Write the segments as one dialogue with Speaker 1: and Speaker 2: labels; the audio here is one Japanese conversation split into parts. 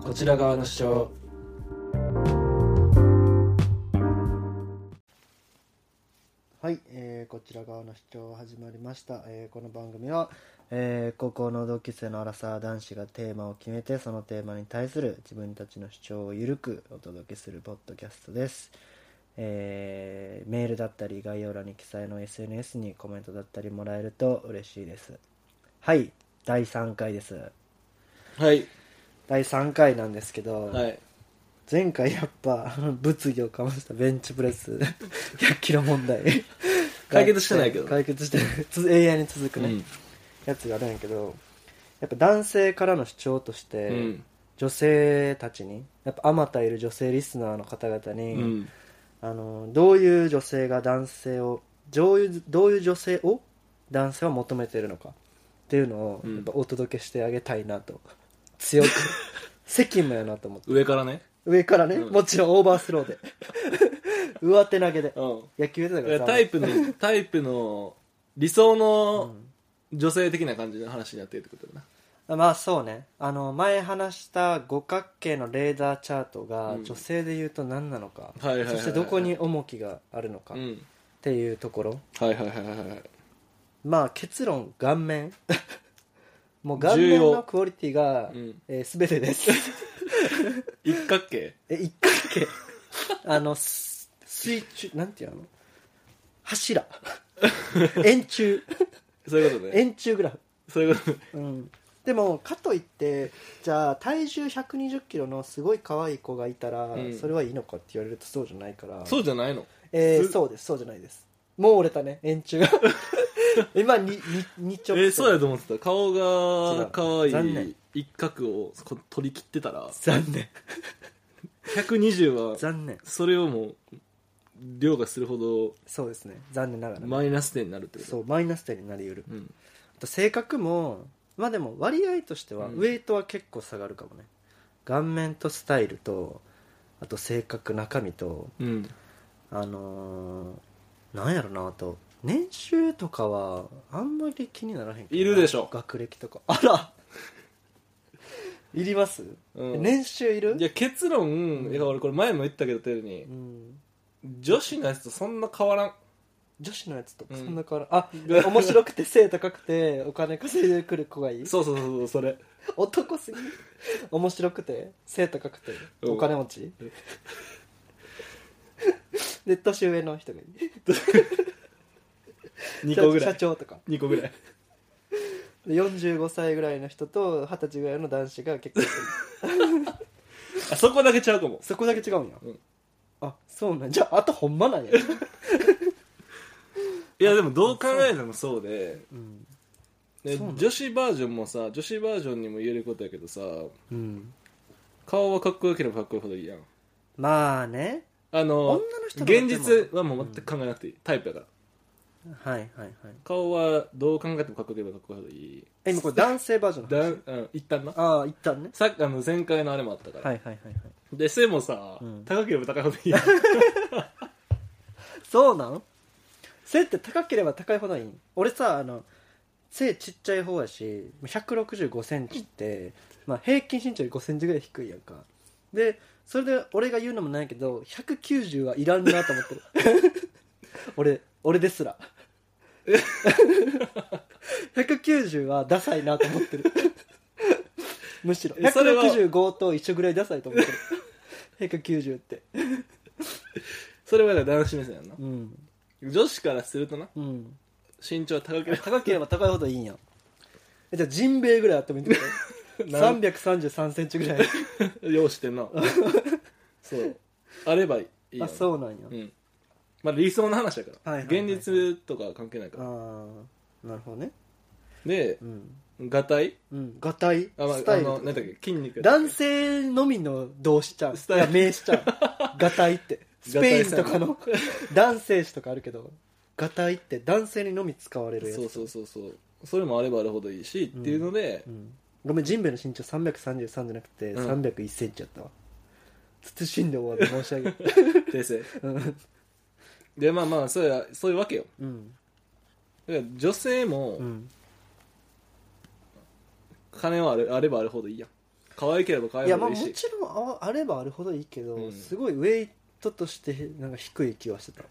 Speaker 1: こちら側の主張
Speaker 2: はい、えーこちら側の視聴始まりました、えーこの番組は、えー高校の同級生のアラサー男子がテーマを決めてそのテーマに対する自分たちの主張をゆるくお届けするポッドキャストです、えーメールだったり概要欄に記載の SNS にコメントだったりもらえると嬉しいですはい第3回です
Speaker 1: はい
Speaker 2: 第3回なんですけど、
Speaker 1: はい
Speaker 2: 前回やっぱあの物議をかましたベンチプレス100キロ問題
Speaker 1: 解決してないけど
Speaker 2: 解決してないつ永遠に続くね、やつがあるんやけどやっぱ男性からの主張とし
Speaker 1: う
Speaker 2: て、
Speaker 1: ん
Speaker 2: 女性たちにやっぱあまたいる女性リスナーの方々
Speaker 1: う
Speaker 2: に、
Speaker 1: ん
Speaker 2: あのどういう女性が男性をどういうどういう女性を男性は求めてるのかっていうのを
Speaker 1: うん
Speaker 2: やっぱお届けしてあげたいなと、 強く責務やなと思って。
Speaker 1: 上からね
Speaker 2: 上からね、
Speaker 1: うん
Speaker 2: もちろんオーバース ローで上手投げで
Speaker 1: うん
Speaker 2: 野球でだ
Speaker 1: だ
Speaker 2: か
Speaker 1: からら
Speaker 2: さ
Speaker 1: タイプのタイプの理想の女性的な感じの話になってるってことだな
Speaker 2: あまあそうねあの前話した五角形のレーダーチャートが
Speaker 1: うん
Speaker 2: 女性で言うと何なのか、
Speaker 1: はいはいはいはい
Speaker 2: そしてどこに重きがあるのかっ
Speaker 1: うん
Speaker 2: ていうところ、
Speaker 1: はいはいはいはいはい
Speaker 2: まあ結論 顔面もう顔面
Speaker 1: 重
Speaker 2: の
Speaker 1: 要
Speaker 2: クオリティが、
Speaker 1: うん
Speaker 2: えー全てです
Speaker 1: 一角形
Speaker 2: え一角形あのす水中なんていうの 柱円柱
Speaker 1: そういうことね
Speaker 2: 円柱グラフ
Speaker 1: そういうことね
Speaker 2: うん、でもかといってじゃあ体重1 2 0キロのすごい可愛い子がいたら、
Speaker 1: うん
Speaker 2: それはいいのかって言われるとそうじゃないから
Speaker 1: そうじゃないの
Speaker 2: えー
Speaker 1: す
Speaker 2: そうですそうじゃないですもう折れたね円 柱が今にににち
Speaker 1: え
Speaker 2: ょ
Speaker 1: ーそうやと思ってた顔が可愛
Speaker 2: 残念
Speaker 1: い一角をこ取り切ってたら
Speaker 2: 残念
Speaker 1: 120は
Speaker 2: 残念
Speaker 1: それをもう凌駕するほど
Speaker 2: そうですね残念ながらね、
Speaker 1: マイナス点になるってこと
Speaker 2: そうマイナス点になりうる
Speaker 1: う、ん、
Speaker 2: あと性格もまあでも割合としては、
Speaker 1: うん
Speaker 2: ウエイトは結構下がるかもね顔面とスタイルとあと性格中身と
Speaker 1: うん、
Speaker 2: あのー、なんやろなあと年収とかはあんまり気にならへんけどない
Speaker 1: るでしょ
Speaker 2: 学歴とかあら いります、
Speaker 1: うん
Speaker 2: 年収いる
Speaker 1: いや結論、
Speaker 2: ん
Speaker 1: いや俺これ前も言ったけどテルに
Speaker 2: うん、
Speaker 1: 女子のやつとそんな変わらん
Speaker 2: 女子のやつとか
Speaker 1: うん
Speaker 2: そんな変わら、ん、あ面白くて背高くてお金稼いでくる子がいい
Speaker 1: そうそうそうそうそ れ
Speaker 2: 男すぎ面白くて背高くて
Speaker 1: うん
Speaker 2: お金持ち、
Speaker 1: うん
Speaker 2: で年上の人がいい
Speaker 1: 2個ぐら
Speaker 2: 社
Speaker 1: い
Speaker 2: 長とか
Speaker 1: 2個ぐらい
Speaker 2: で45歳ぐらいの人と二十歳ぐらいの男子が結婚する
Speaker 1: あそこだけちゃうかも
Speaker 2: そこだけ違うんや、
Speaker 1: うん
Speaker 2: あそうなんじゃああとほんま なんや、
Speaker 1: いやでもどう考えてもそうで
Speaker 2: うん
Speaker 1: で
Speaker 2: そうなの
Speaker 1: 女子バージョンもさ女子バージョンにも言えることやけどさ
Speaker 2: うん、
Speaker 1: 顔はかっこよければかっこよいほどいいやん
Speaker 2: まあね
Speaker 1: あの
Speaker 2: 女の人の
Speaker 1: 現
Speaker 2: で
Speaker 1: 実はもう全く考えなくていい、タイプやから
Speaker 2: もはいはいはい
Speaker 1: 顔はどう考えてもかっこよければかっこよいほどいい
Speaker 2: え今これ男性バージョンの
Speaker 1: だ
Speaker 2: 話
Speaker 1: ん、うん、一旦な
Speaker 2: ああ一旦ね
Speaker 1: さっきあの前回のあれもあったから、
Speaker 2: はいはいはいはい
Speaker 1: で背もさ、
Speaker 2: うん
Speaker 1: 高ければ高いほどいい やん
Speaker 2: そうなん背って高ければ高いほどいいん俺さあの背ちっちゃい方やし1 6 5センチって、まあ、平均身長より5センチぐらい低いやんかでそれで俺が言うのもないけど190はいらんなと 思ってる俺俺ですら190はダサいなと 思ってるむしろ
Speaker 1: えそれは
Speaker 2: 165と一緒ぐらいダサいと思ってる190って
Speaker 1: それはだから男子目線やんな
Speaker 2: うん
Speaker 1: 女子からするとな
Speaker 2: うん
Speaker 1: 身長高ければ
Speaker 2: 高ければ高いほどいいんやえじゃあジンベエぐらいあってもいいんだけど
Speaker 1: なん
Speaker 2: 333センチぐらい
Speaker 1: ようして んなそうあればいいや
Speaker 2: あ
Speaker 1: ん
Speaker 2: そうなんや、
Speaker 1: うんまあ理想の話だから、
Speaker 2: はいはいはいはい
Speaker 1: 現実とかは関係ないから
Speaker 2: ああなるほどね
Speaker 1: で
Speaker 2: うん
Speaker 1: がたい
Speaker 2: うんがたい
Speaker 1: あ、まあ、
Speaker 2: スタ
Speaker 1: あ
Speaker 2: イル
Speaker 1: の
Speaker 2: と
Speaker 1: なんだっけ筋肉
Speaker 2: 男性のみの動詞ちゃう
Speaker 1: スタイル
Speaker 2: いや名詞ち ゃうがたいってスペインとかの男性詞とかあるけどがたいって男性にのみ使われるやつ
Speaker 1: そうそうそうそうそれもあればあるほどいいし、っていうの で、
Speaker 2: うんごめんジンベエの身長333じゃなくて
Speaker 1: うん
Speaker 2: 301センチやったわ、慎んで終わって申し上げる
Speaker 1: 訂正
Speaker 2: うん
Speaker 1: でまあまあそうやそういうわけよ
Speaker 2: うん
Speaker 1: だから女性も
Speaker 2: うん
Speaker 1: 金はあれあればあるほどいいやん可愛ければ可愛
Speaker 2: い
Speaker 1: い
Speaker 2: や
Speaker 1: ほ
Speaker 2: ま
Speaker 1: ど
Speaker 2: あ
Speaker 1: いい
Speaker 2: も
Speaker 1: し
Speaker 2: ちろんああればあるほどいいけど、
Speaker 1: うん
Speaker 2: すごいウェイトとしてなんか低い気はしてた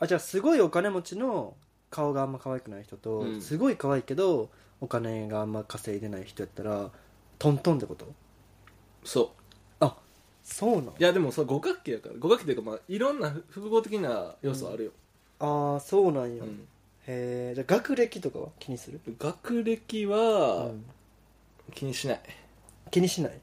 Speaker 2: あじゃあすごいお金持ちの顔があんま可愛くない人と、
Speaker 1: うん
Speaker 2: すごい可愛いけどお金があんま稼いでない人やったらトントンってこと
Speaker 1: そう
Speaker 2: そうなの
Speaker 1: いやでもそれ五角形やから五角形というかまあいろんな複合的な要素あるよ、
Speaker 2: ああそうなん
Speaker 1: う
Speaker 2: や、へ
Speaker 1: ん
Speaker 2: えじゃあ学歴とかは気にする、
Speaker 1: 学歴
Speaker 2: う
Speaker 1: は
Speaker 2: ん
Speaker 1: 気にしない、
Speaker 2: 気にしない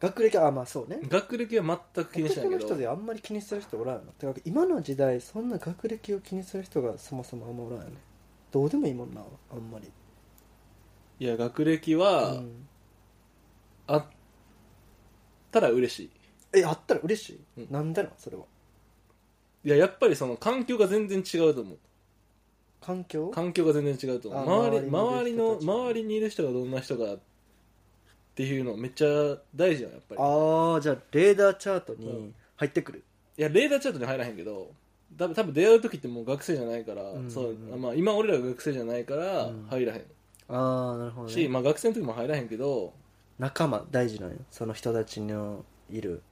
Speaker 2: 学歴あまあそうね
Speaker 1: 学歴は全く気にしない
Speaker 2: 男
Speaker 1: け
Speaker 2: の
Speaker 1: ど
Speaker 2: 人であんまり気にする人おらんよなてか今の時代そんな学歴を気にする人がそもそもあんまおらんよねどうでもいいもんなあんまり
Speaker 1: いや学歴は、
Speaker 2: うん
Speaker 1: あったら嬉し
Speaker 2: えあったら嬉しい、
Speaker 1: うん
Speaker 2: なんでなんそれはい
Speaker 1: いややっぱりその環境が全然違うと思う
Speaker 2: 環境
Speaker 1: 環境が全然違うと思う
Speaker 2: あ
Speaker 1: 周り
Speaker 2: 周
Speaker 1: 周
Speaker 2: り
Speaker 1: り
Speaker 2: にいる人
Speaker 1: の周りにいる人が
Speaker 2: たち
Speaker 1: どんな人かっていうのめっちゃ大事やんやっぱり
Speaker 2: ああじゃあレーダーチャート
Speaker 1: う
Speaker 2: に
Speaker 1: ん
Speaker 2: 入ってくる、
Speaker 1: いやレーダーチャートに入らへんけど多分多分出会う時ってもう学生じゃないから、
Speaker 2: うん
Speaker 1: そうまあ、今俺らが学生じゃないから
Speaker 2: うん
Speaker 1: 入らへん
Speaker 2: ああなるほど、
Speaker 1: し、
Speaker 2: ね、
Speaker 1: まあ、学生の時も入らへんけど
Speaker 2: 仲間大事なんよその人たちのいる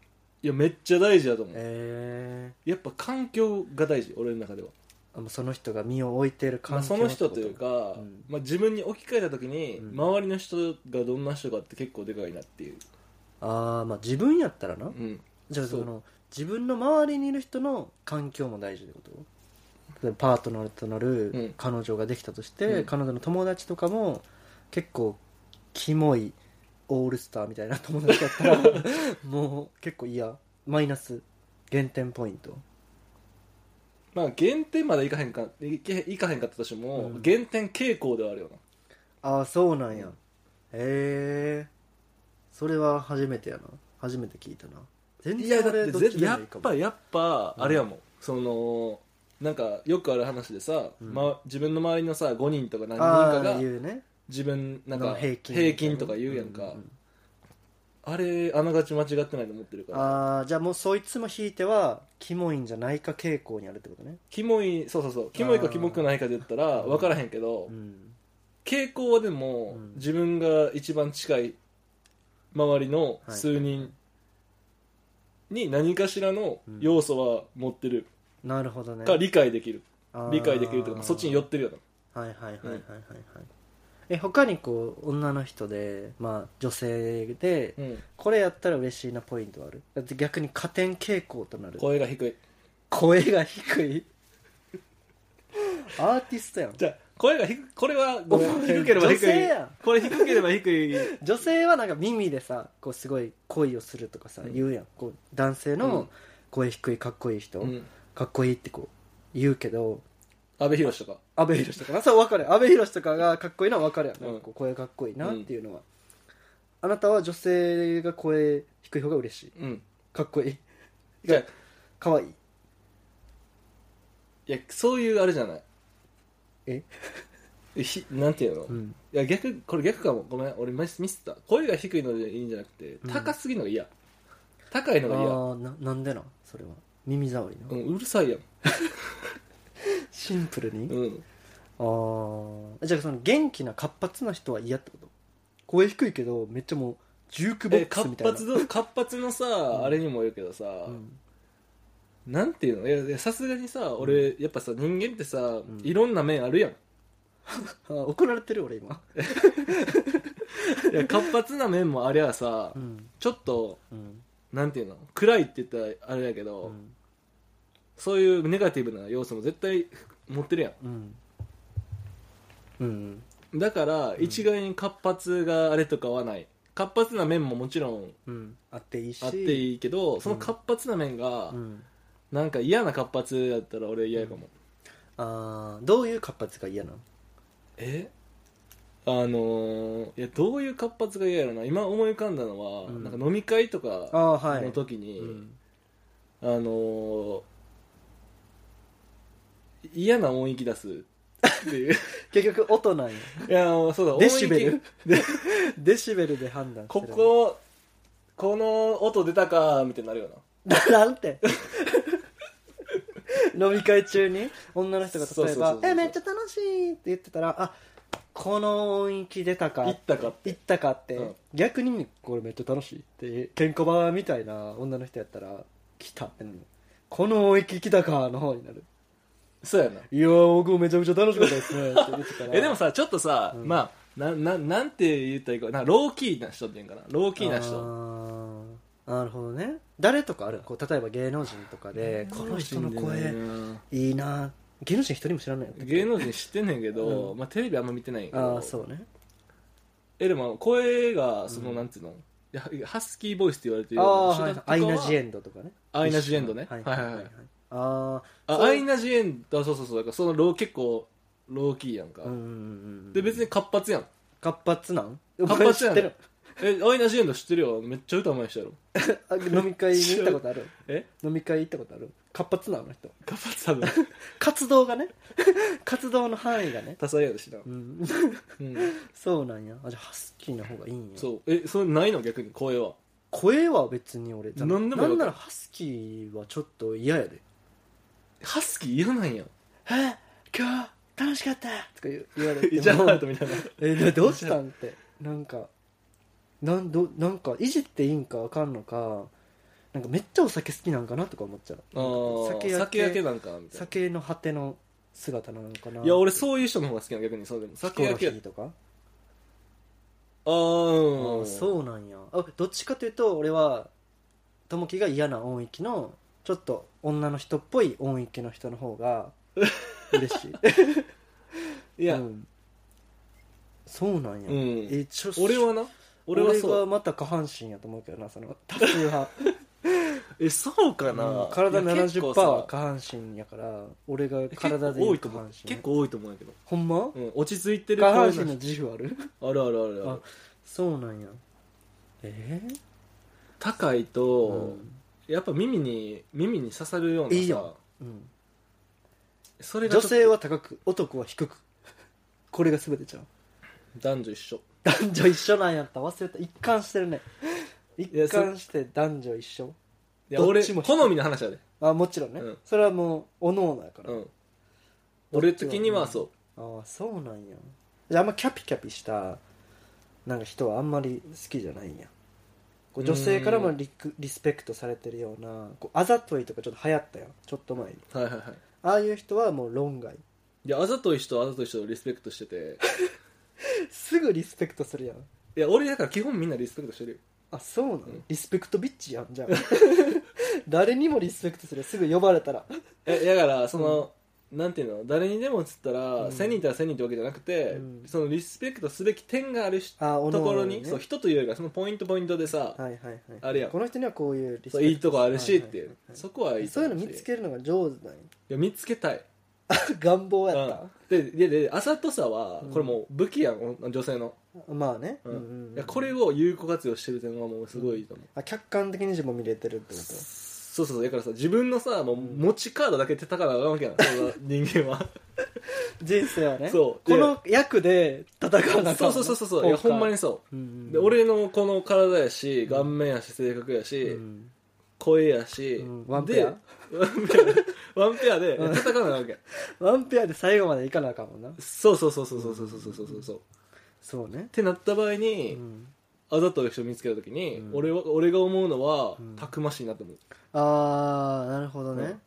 Speaker 1: いやめっちゃ大事だと思う
Speaker 2: え
Speaker 1: やっぱ環境が大事俺の中では、
Speaker 2: えー、あその人が身を置いてる
Speaker 1: まあ、
Speaker 2: 環境
Speaker 1: その人というか、
Speaker 2: うん
Speaker 1: まあ、自分に置き換えた時に、
Speaker 2: うん
Speaker 1: 周りの人がどんな人かって結構でかいなっていう、
Speaker 2: ああまあ自分やったらな、
Speaker 1: うん、
Speaker 2: じゃあそ
Speaker 1: そう
Speaker 2: の自分の周りにいる人の環境も大事ってこと例えばパートナーとな
Speaker 1: う
Speaker 2: る
Speaker 1: ん
Speaker 2: 彼女ができたとして、
Speaker 1: うん
Speaker 2: 彼女の友達とかも結構キモいオールスターみたいな 友達だった らもう結構嫌マイナス減点ポイント
Speaker 1: まあ減点までいかへんかいけいかへんかったとしても、
Speaker 2: うん
Speaker 1: 減点傾向ではあるよな
Speaker 2: ああそうなんや、
Speaker 1: うん
Speaker 2: へえそれは初めてやな初めて聞いたな全
Speaker 1: いや
Speaker 2: 然
Speaker 1: だって
Speaker 2: 俺どっち
Speaker 1: ぜ
Speaker 2: でも
Speaker 1: や
Speaker 2: いいか
Speaker 1: っ
Speaker 2: も
Speaker 1: ぱやっぱ
Speaker 2: うん
Speaker 1: あれやもん、そのなんかよくある話でさ、
Speaker 2: うん
Speaker 1: ま、自分の周りのさ5人とか何人
Speaker 2: あ
Speaker 1: か
Speaker 2: あ
Speaker 1: が
Speaker 2: 言うね
Speaker 1: 自分なんか
Speaker 2: 平
Speaker 1: 平
Speaker 2: 均
Speaker 1: 均とか言うやんか、
Speaker 2: ううう
Speaker 1: あれあながち間違ってないと思ってるから
Speaker 2: ああじゃあもうそいつも引いてはキモいんじゃないか傾向にあるってことね
Speaker 1: キモいそうそうそうキモい
Speaker 2: あ
Speaker 1: か
Speaker 2: ー
Speaker 1: キモくないかで言ったら
Speaker 2: うん
Speaker 1: 分からへんけど、
Speaker 2: ん
Speaker 1: 傾向はでも、
Speaker 2: うん
Speaker 1: 自分が一番近い周りの数人に何かしらの要素は持ってる
Speaker 2: なるほどね
Speaker 1: か理解できる、
Speaker 2: あー
Speaker 1: 理解できるというかそっちに寄ってるよな
Speaker 2: はいはいはいはいはいはい、え他にこう女の人でまあ女性で
Speaker 1: うん、
Speaker 2: これやったら嬉しいなポイントはあるだって逆に加点傾向となる
Speaker 1: 声が低い
Speaker 2: 声が低い アーティストやん
Speaker 1: じゃあ声が低くこれはごめ
Speaker 2: お
Speaker 1: ん
Speaker 2: 前
Speaker 1: 低ければ低
Speaker 2: 女性
Speaker 1: い
Speaker 2: やん
Speaker 1: これ低ければ低い
Speaker 2: 女性はなんか耳でさこうすごい恋をするとかさ、
Speaker 1: うん
Speaker 2: 言うやんこう男性
Speaker 1: う
Speaker 2: の
Speaker 1: ん
Speaker 2: 声低いかっこいい人、
Speaker 1: うん
Speaker 2: かっこいいってこう言うけど
Speaker 1: 阿部寛とか
Speaker 2: 阿部寛とかなそう分かる阿部寛とかがかっこいいのは分かるやん、なんかこう声かっこいいなっていうのは、あなたは女性が声低い方が嬉しい
Speaker 1: うん
Speaker 2: かっこいい
Speaker 1: じゃあ
Speaker 2: かわいい
Speaker 1: いやそういうあれじゃない
Speaker 2: え
Speaker 1: ひなんていうの、
Speaker 2: ん
Speaker 1: いや逆これ逆かもごめん俺ミスミスった声が低いのでいいんじゃなくて
Speaker 2: ん
Speaker 1: 高すぎるのが嫌、高いの
Speaker 2: あ
Speaker 1: が
Speaker 2: ーななんでなんそれは耳障りな、
Speaker 1: 嫌、うん、うるさいやん、
Speaker 2: シンプルに、
Speaker 1: うん、
Speaker 2: ああじゃあその元気な活発な人は嫌ってこと声低いけどめっちゃもうジュークボ
Speaker 1: え
Speaker 2: ックス
Speaker 1: 活
Speaker 2: みたいな
Speaker 1: 発の活発のさ、
Speaker 2: ん
Speaker 1: あれにもよるけどさ、
Speaker 2: うん
Speaker 1: なんていうのいやいやさすがにさ俺やっぱさ人間ってさ、
Speaker 2: ん
Speaker 1: いろんな面あるやん
Speaker 2: あー怒られてる俺今、
Speaker 1: いや活発な面もありゃさ、
Speaker 2: ん
Speaker 1: ちょっと
Speaker 2: うん
Speaker 1: なんていうの暗いって言ったらあれやけど、
Speaker 2: うん
Speaker 1: そういうネガティブな要素も絶対 持ってるや
Speaker 2: うんうん
Speaker 1: んだから一概に活発があれとかはない活発な面ももちろん
Speaker 2: うんあっていいし
Speaker 1: あっていいけどその活発な面が
Speaker 2: うん
Speaker 1: なんか嫌な活発だったら俺嫌かも、
Speaker 2: あーどういう活発が嫌なの
Speaker 1: えあのーいやどういう活発が嫌やろな今思い浮かんだのは、
Speaker 2: うん
Speaker 1: なんか飲み会と
Speaker 2: あ
Speaker 1: か
Speaker 2: あは
Speaker 1: の時に、あのー嫌な音域出すって いう
Speaker 2: 結局音なんや
Speaker 1: いやあのそうだ
Speaker 2: デシベル
Speaker 1: 音域
Speaker 2: デシベルで判断す
Speaker 1: こ
Speaker 2: る
Speaker 1: ここの音出たかみたいになるよな
Speaker 2: なんて飲み会中に女の人が
Speaker 1: そう
Speaker 2: 例
Speaker 1: そう
Speaker 2: え
Speaker 1: そう
Speaker 2: ば
Speaker 1: そう
Speaker 2: 「えめっちゃ楽しい」って言ってたら「あこの音域出たか
Speaker 1: 行ったかって
Speaker 2: 行ったかって、
Speaker 1: うん
Speaker 2: 逆にこれめっちゃ楽しいってケンコバみたいな女の人やったら来たってなるこの音域来たかの方になる
Speaker 1: そうやない
Speaker 2: やー僕もめちゃめちゃ楽しかったです ねって言ってたら
Speaker 1: えでもさちょっとさ、
Speaker 2: うん
Speaker 1: まあなななんて言ったらいいかなローキーな人っていうんかなローキーな人
Speaker 2: あーなるほどね誰とかあるこう例えば芸能人とかでこの人の声いいな芸能人一人も知らないの
Speaker 1: 芸能人知ってんねんけど、
Speaker 2: う
Speaker 1: まあ、テレビあんま見てないんやけ
Speaker 2: あ
Speaker 1: ど
Speaker 2: あそうね
Speaker 1: えでも声がその、
Speaker 2: うん
Speaker 1: なんていうのいやハスキーボイスって言われてる
Speaker 2: ああ
Speaker 1: よう
Speaker 2: ー
Speaker 1: な
Speaker 2: は
Speaker 1: 人とかは
Speaker 2: いアイナ・ジ・エンドとかね
Speaker 1: アイナジエンドね
Speaker 2: はいは
Speaker 1: はいい
Speaker 2: は
Speaker 1: はいいはい
Speaker 2: は
Speaker 1: い
Speaker 2: ああ
Speaker 1: あ
Speaker 2: そう
Speaker 1: アイナ・ジ・エンドあそうそうそうだからそのロー結構ローキーやんか、
Speaker 2: うんうんうんうん
Speaker 1: で別に活発やん
Speaker 2: 活発なん
Speaker 1: 活発やん
Speaker 2: お前知って
Speaker 1: えアイナ・ジ・エンド知ってるよめっちゃ歌うまい人やろ
Speaker 2: るあ飲み会に行ったこと ある
Speaker 1: え
Speaker 2: 飲み会行ったことある活発なあの人
Speaker 1: 活発多分
Speaker 2: 活動がね 活動の範囲がね
Speaker 1: 多彩やでしな、
Speaker 2: う
Speaker 1: うんん、
Speaker 2: そうなんやあじゃあハスキーな方がいいんや
Speaker 1: そうえそれないの逆に声は
Speaker 2: 声は別に俺
Speaker 1: なんでもよか
Speaker 2: な
Speaker 1: った
Speaker 2: んならハスキーはちょっと嫌やで
Speaker 1: ハスキー嫌なんや
Speaker 2: 「え今日楽しかった!」とか言う言われて
Speaker 1: じゃ
Speaker 2: も
Speaker 1: あと みたいな
Speaker 2: えなどうしたんってなんかなんどなんかいじっていいんかあかんのかなんかめっちゃお酒好きなんかなとか思っちゃう
Speaker 1: あー
Speaker 2: なんか
Speaker 1: 酒焼けなんかみたいな
Speaker 2: 酒の果ての姿なのかない
Speaker 1: いや俺そういう人の方が好きなの逆にそうでも酒焼
Speaker 2: 酒焼
Speaker 1: け
Speaker 2: け
Speaker 1: や
Speaker 2: とか
Speaker 1: あ
Speaker 2: あ
Speaker 1: ーうん
Speaker 2: ーそうなんやあどっちかというと俺は友樹が嫌な音域のちょっと女の人っぽい音域の人の 方が嬉しい
Speaker 1: いや、
Speaker 2: う
Speaker 1: うん
Speaker 2: んそうなんや、えちょ
Speaker 1: 俺はな俺はそう
Speaker 2: また下半身やと思うけどなその多数派
Speaker 1: えそう かな、
Speaker 2: うん体
Speaker 1: いや結
Speaker 2: 70%
Speaker 1: 構
Speaker 2: は
Speaker 1: さ
Speaker 2: 下半身やから俺が
Speaker 1: え結
Speaker 2: 体で
Speaker 1: 構
Speaker 2: 言
Speaker 1: 多
Speaker 2: う
Speaker 1: い
Speaker 2: 下
Speaker 1: と思
Speaker 2: 半
Speaker 1: う
Speaker 2: 身
Speaker 1: 結構多いと思うんやけど、
Speaker 2: ほんま
Speaker 1: うん、落ち着いてる
Speaker 2: 下半
Speaker 1: 声
Speaker 2: 身の
Speaker 1: の
Speaker 2: 自負ある
Speaker 1: あるあるあるあ
Speaker 2: あ
Speaker 1: る
Speaker 2: そうなんやえー
Speaker 1: 高いうと、
Speaker 2: ん
Speaker 1: やっぱ耳に耳に刺さるようなさ
Speaker 2: いいようん
Speaker 1: それがちょ
Speaker 2: 女
Speaker 1: っと
Speaker 2: 性は高く男は低く これが全てちゃう
Speaker 1: 男女一緒
Speaker 2: 男女一緒なんやった忘れた一貫してるね
Speaker 1: や
Speaker 2: 一
Speaker 1: そ
Speaker 2: 貫して男女一緒
Speaker 1: いや
Speaker 2: ど
Speaker 1: 俺
Speaker 2: っちも低い
Speaker 1: 好みの話やで、
Speaker 2: あもちろんね、
Speaker 1: うん
Speaker 2: それはもうおのおのやから、
Speaker 1: うん、俺的にはそう
Speaker 2: ああそうなんやじゃああんまキャピキャピしたなんか人はあんまり好きじゃないんやこう女性からもリクリスペクトされてるようなこうあざといとかちょっと流行ったやんちょっと前に
Speaker 1: はいはいはい
Speaker 2: ああいう人はもう論外
Speaker 1: いやあざとい人はあざとい人をリスペクトしてて
Speaker 2: すぐリスペクトするやん
Speaker 1: いや俺だから基本みんなリスペクトしてるよ
Speaker 2: あそうなの、
Speaker 1: ん
Speaker 2: リスペクトビッチやん じゃあ誰にもリスペクトするすぐ呼ばれ たら
Speaker 1: えだからその、なんていうの誰にでもっつったら、
Speaker 2: うん
Speaker 1: 1000人いたら1000人ってわけじゃなくて、
Speaker 2: うん
Speaker 1: そのリスペクトすべき点があるし
Speaker 2: あおの
Speaker 1: と
Speaker 2: お
Speaker 1: ころ
Speaker 2: の
Speaker 1: に、
Speaker 2: ね
Speaker 1: そう人というよりかそのポイントポイントでさ、
Speaker 2: はいはいはい
Speaker 1: あれやん
Speaker 2: この人にはこういうリスペクト
Speaker 1: そういいとこあるしっていう、
Speaker 2: ははは
Speaker 1: そこはいいと
Speaker 2: そうい
Speaker 1: 思
Speaker 2: う
Speaker 1: し
Speaker 2: の見つけるのが上手なんや
Speaker 1: いや見つけたい
Speaker 2: 願望やった、
Speaker 1: うん、ででであざとさは
Speaker 2: うん
Speaker 1: これもう武器やん女性の、
Speaker 2: まあね、
Speaker 1: うん
Speaker 2: うんうん
Speaker 1: いやこれを有効活用してる点はもうすごいいいと思う、
Speaker 2: あ客観的に自分を見れてるってこ
Speaker 1: そうそうそうだからさ自分のさもう持ちカードだけ手高なあかんわ けやんその人間は
Speaker 2: と人生はね
Speaker 1: そう
Speaker 2: この役で戦わなあか
Speaker 1: そ
Speaker 2: ん
Speaker 1: うそうそうそうそういやほんまに、そ
Speaker 2: うんう
Speaker 1: うんで俺のこの体やし顔面やし性格や
Speaker 2: う
Speaker 1: し、
Speaker 2: ん
Speaker 1: 声やし、
Speaker 2: うんワンペ
Speaker 1: で
Speaker 2: ア
Speaker 1: ワンペアワンペアで
Speaker 2: うん
Speaker 1: 戦わなあかんわけ
Speaker 2: ワンペアで最後までいかなあかんもんな
Speaker 1: そうそうそうそうそうそうそうそうそうそうっ
Speaker 2: そうね、
Speaker 1: てなった場合
Speaker 2: う
Speaker 1: に、
Speaker 2: ん、
Speaker 1: あざとい人見つけた時に、
Speaker 2: うん
Speaker 1: 俺は俺が思うのは、
Speaker 2: うん
Speaker 1: たくましいなと思う
Speaker 2: ああなるほどね、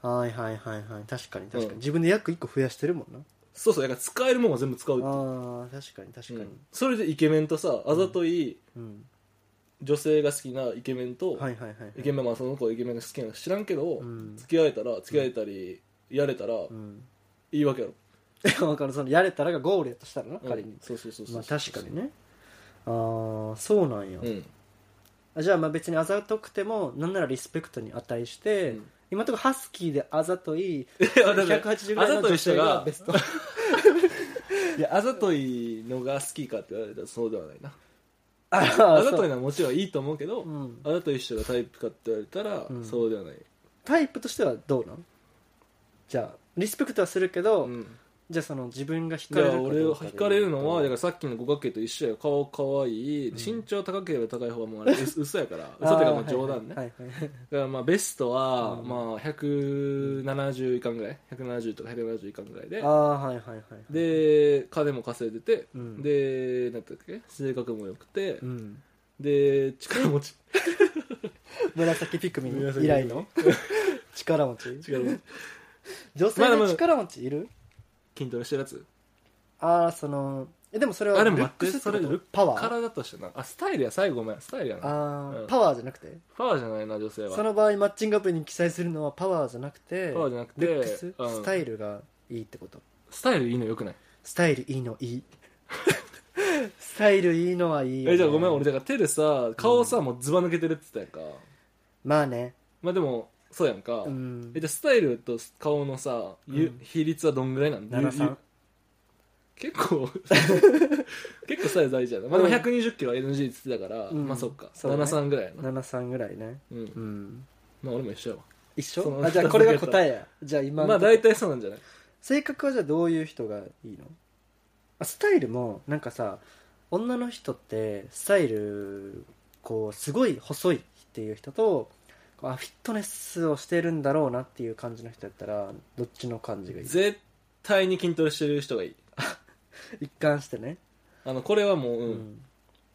Speaker 2: はいはいはいはい確かに確か
Speaker 1: う
Speaker 2: に、
Speaker 1: ん
Speaker 2: 自分で役1個増やしてるもんな
Speaker 1: そうそうだから使えるもんは全部使うって
Speaker 2: ああ確かに確かに、
Speaker 1: うんそれでイケメンとさあざとい
Speaker 2: うん
Speaker 1: 女性が好きなイケメンと、
Speaker 2: はいはいはいはい
Speaker 1: イケメンまあその子イケメンが好きなの知らんけど、
Speaker 2: うん
Speaker 1: 付き合えたら付き合えたり、やれたら、
Speaker 2: うん
Speaker 1: いいわけやろ、
Speaker 2: わかるそのやれたらがゴールやとしたらな
Speaker 1: うん
Speaker 2: 仮に、
Speaker 1: そうそうそうそう
Speaker 2: まあ確かにねああそうなんや、
Speaker 1: うん
Speaker 2: あじゃあまあ別にあざとくてもなんならリスペクトに値して、
Speaker 1: うん
Speaker 2: 今のところハスキーであざとい
Speaker 1: やだから
Speaker 2: 180ぐら
Speaker 1: あざ
Speaker 2: いの女性
Speaker 1: とい人
Speaker 2: が
Speaker 1: が
Speaker 2: ベスト
Speaker 1: いやあざといのが好きかって言われたらそうではないな
Speaker 2: あ
Speaker 1: あ
Speaker 2: あ
Speaker 1: ざとい
Speaker 2: な、
Speaker 1: のはもちろんいいと思うけど、
Speaker 2: うん
Speaker 1: あざとい人がタイプかって言われたら、
Speaker 2: うん
Speaker 1: そうではない、
Speaker 2: タイプとしてはどうなんじゃあリスペクトはするけど、
Speaker 1: うん
Speaker 2: じゃあその自分が惹
Speaker 1: じ
Speaker 2: か
Speaker 1: ゃ
Speaker 2: れる
Speaker 1: あ俺
Speaker 2: どう
Speaker 1: を
Speaker 2: かで
Speaker 1: 惹かれるのはだか
Speaker 2: 言う
Speaker 1: らさっきの五角形と一緒やよ顔かわいい
Speaker 2: うん
Speaker 1: 身長高ければ高い方がもうあれう 嘘やから
Speaker 2: と
Speaker 1: 嘘というかもう冗談ね
Speaker 2: あー
Speaker 1: だ
Speaker 2: はいはいはい
Speaker 1: からまあベストは
Speaker 2: うん
Speaker 1: まあ170いかんぐらい170とか170いかんぐらいで
Speaker 2: ああーはいはいはい
Speaker 1: で金も稼いでて
Speaker 2: うん
Speaker 1: で何だったっけ性格も良くて
Speaker 2: うん
Speaker 1: で力持ち
Speaker 2: 紫ピクミン
Speaker 1: 紫
Speaker 2: 以来の 力持ち
Speaker 1: 力持ち
Speaker 2: 女
Speaker 1: まあで
Speaker 2: 性
Speaker 1: も
Speaker 2: で力持ちいる
Speaker 1: 筋トレしてるやつ
Speaker 2: ああそのえでもそれは
Speaker 1: あ
Speaker 2: ル
Speaker 1: でも待
Speaker 2: ッ
Speaker 1: っ
Speaker 2: ク
Speaker 1: て
Speaker 2: スって
Speaker 1: そ
Speaker 2: こ
Speaker 1: れ
Speaker 2: と
Speaker 1: ルッ
Speaker 2: パワー
Speaker 1: 体としてなあスタイルや最後ごめんスタイルやな
Speaker 2: あー
Speaker 1: うん
Speaker 2: パワーじゃなくて
Speaker 1: パワーじゃないな女性は
Speaker 2: その場合マッチングアプリに記載するのはパワーじゃなくて
Speaker 1: パワーじゃなくて
Speaker 2: ルックス、
Speaker 1: うん
Speaker 2: スタイルがいいってこと
Speaker 1: スタイルいいのよくない
Speaker 2: スタイルいいのいい スタイルいいのはいいよね、
Speaker 1: えじゃあごめん俺だから手でさ顔さもうずば抜けてるって言ったやんか
Speaker 2: まあね
Speaker 1: まあでもそうやんか、
Speaker 2: うん
Speaker 1: えじゃあスタイルと顔のさ、ゆ
Speaker 2: うん
Speaker 1: 比率はどんぐらいなん
Speaker 2: 奈良さん
Speaker 1: ゆゆ結 構結構サイズ大事やな、まあ、でも1 2 0キロは NG って言ってたから、
Speaker 2: うん
Speaker 1: まあそっか、
Speaker 2: そうだね
Speaker 1: 73ぐらいやな、
Speaker 2: 73ぐらいね
Speaker 1: うん
Speaker 2: うん
Speaker 1: まあ俺も一緒やわ
Speaker 2: 一
Speaker 1: そ
Speaker 2: 緒
Speaker 1: の
Speaker 2: あじゃあこれが答えやじゃあ今の
Speaker 1: まあ
Speaker 2: とこ
Speaker 1: 大体そうなんじゃない
Speaker 2: 性格はじゃあどういう人がいいのあスタイルもなんかさ女の人ってスタイルこうすごい細いっていう人とこうあフィットネスをしてるんだろうなっていう感じの人やったらどっちの感じがいい
Speaker 1: 絶対に筋トレしてる人がいい
Speaker 2: 一貫してね
Speaker 1: あのこれはもう、う
Speaker 2: うん